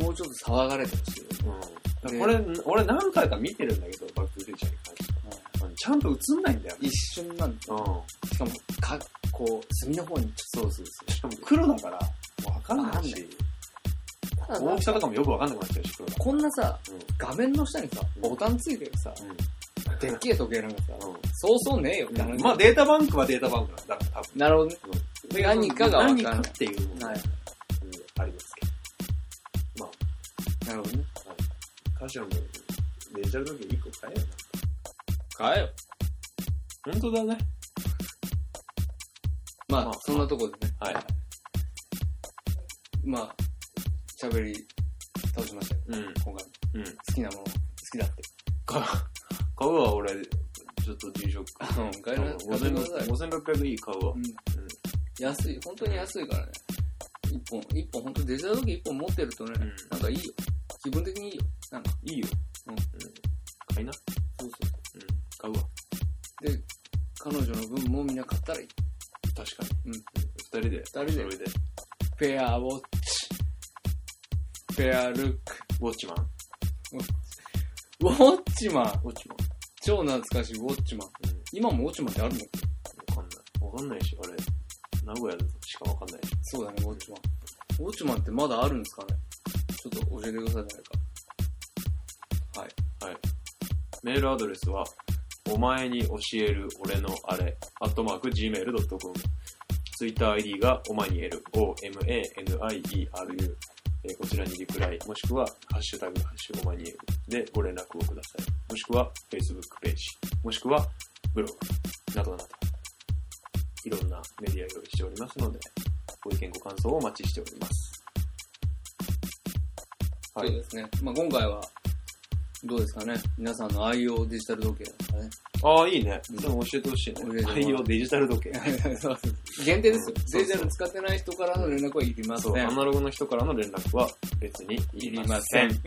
A: もうちょっと騒がれてほしいよね。
E: ら、うん。これ、俺何回か見てるんだけど、バックトゥーフューチャーに関してはうん。ちゃんと映んないんだよね。
A: 一瞬なんだ
E: うん
A: よ。。しかも、か、こう、隅の方にち
E: そうそうそう。しかも黒だから、わかんない
A: わかんな
E: し、
A: ょっと
E: 大きさとかもよくわかんなくなっちゃうし、黒だから
A: こんなさ、
E: うん。
A: 画面の下にさ、ボタンついてるさ、でっけえ時計なんかさ、
E: うん。
A: そうそうねえよって
E: う
A: 話
E: ん。まあ、データバンクはデータバンクなんだから、多分。
A: なるほどね。
E: で
A: 何かがわかんない
E: 何かっていうものが、
A: は
E: う
A: い
E: んありますけど。ま
A: なるほどね。
E: あ、カシオもデジタル時計1個買えよ
A: 買えよ。
E: な。本当だね。
A: まあ、
E: まあ
A: そんなとこでね。
E: はい。
A: まあ、喋り倒しましたよ、
E: うん。
A: 今回も。
E: うん。
A: 好きなもの、好きだって。
E: 買う、買うわ、俺。ちょっと G ショック。
A: うん、買えな買ってください。
E: 5600いい買うわ
A: う。ん安い、本当に安いからね。一本、一本、本当デジタル時計一本持ってるとね、
E: うん
A: なんかいいよ。気分的にいいよ。なんか、
E: いいよ。
A: うん
E: 買いな。
A: そうそう
E: うん。買うわ。
A: そう。で、彼女の分もみんな買ったらいい。
E: 確か
A: うん
E: に。二人で。
A: 人で
E: それで。
A: フェアウォッチ。フェアルック。
E: ウォッチマン。
A: ウォッチマン
E: ウォッチマン。
A: 超懐かしい、ウォッチマン。
E: うん。
A: 今もウォッチマンってあるの
E: わかんない。わかんないし、あれ。名古屋しかわかんないし。
A: そうだね、ウォッチマン。ウォッチマンってまだあるんですかねちょっと教えてください、
E: はい。メールアドレスは、お前に教える俺のあれ、アットマーク gmail.com。ツイッター ID が、お前にえる、o-m-a-n-i-e-r-u。えーこちらにリプライ、もしくは、ハッシュタグ、ハッシュお前にえるでご連絡をください。もしくは、Facebook ページ、もしくは、ブログ、などなど。いろんなメディア用意しておりますので、ご意見ご感想をお待ちしております。
A: は。
E: はい
A: そう
E: い。
A: ですね。まあ今回は、どうですかね皆さんの愛用デジタル時計ですか (laughs) ね。
E: ああ、いいね。でも教えてほしい
A: 教
E: ね
A: えて。もらう
E: 愛用デジタル時計。
A: 限定ですよ
E: うん。
A: デジタル使ってない人からの連絡はいりませ
E: そう、ア
A: ん。
E: ナログの人からの連絡は別にい
A: い
E: り
A: り
E: ま
A: ま
E: せ
A: せ
E: ん
A: ん。。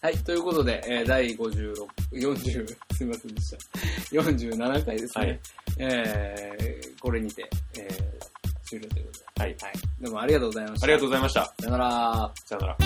A: はい、ということで、えー、第56、40、すいませんでした。47回ですね。
E: はい
A: えー、これにて、えー、終了ということで。
E: はい。
A: どうもありがとうございました。
E: ありがとうございました。
A: さよなら。
E: さよなら。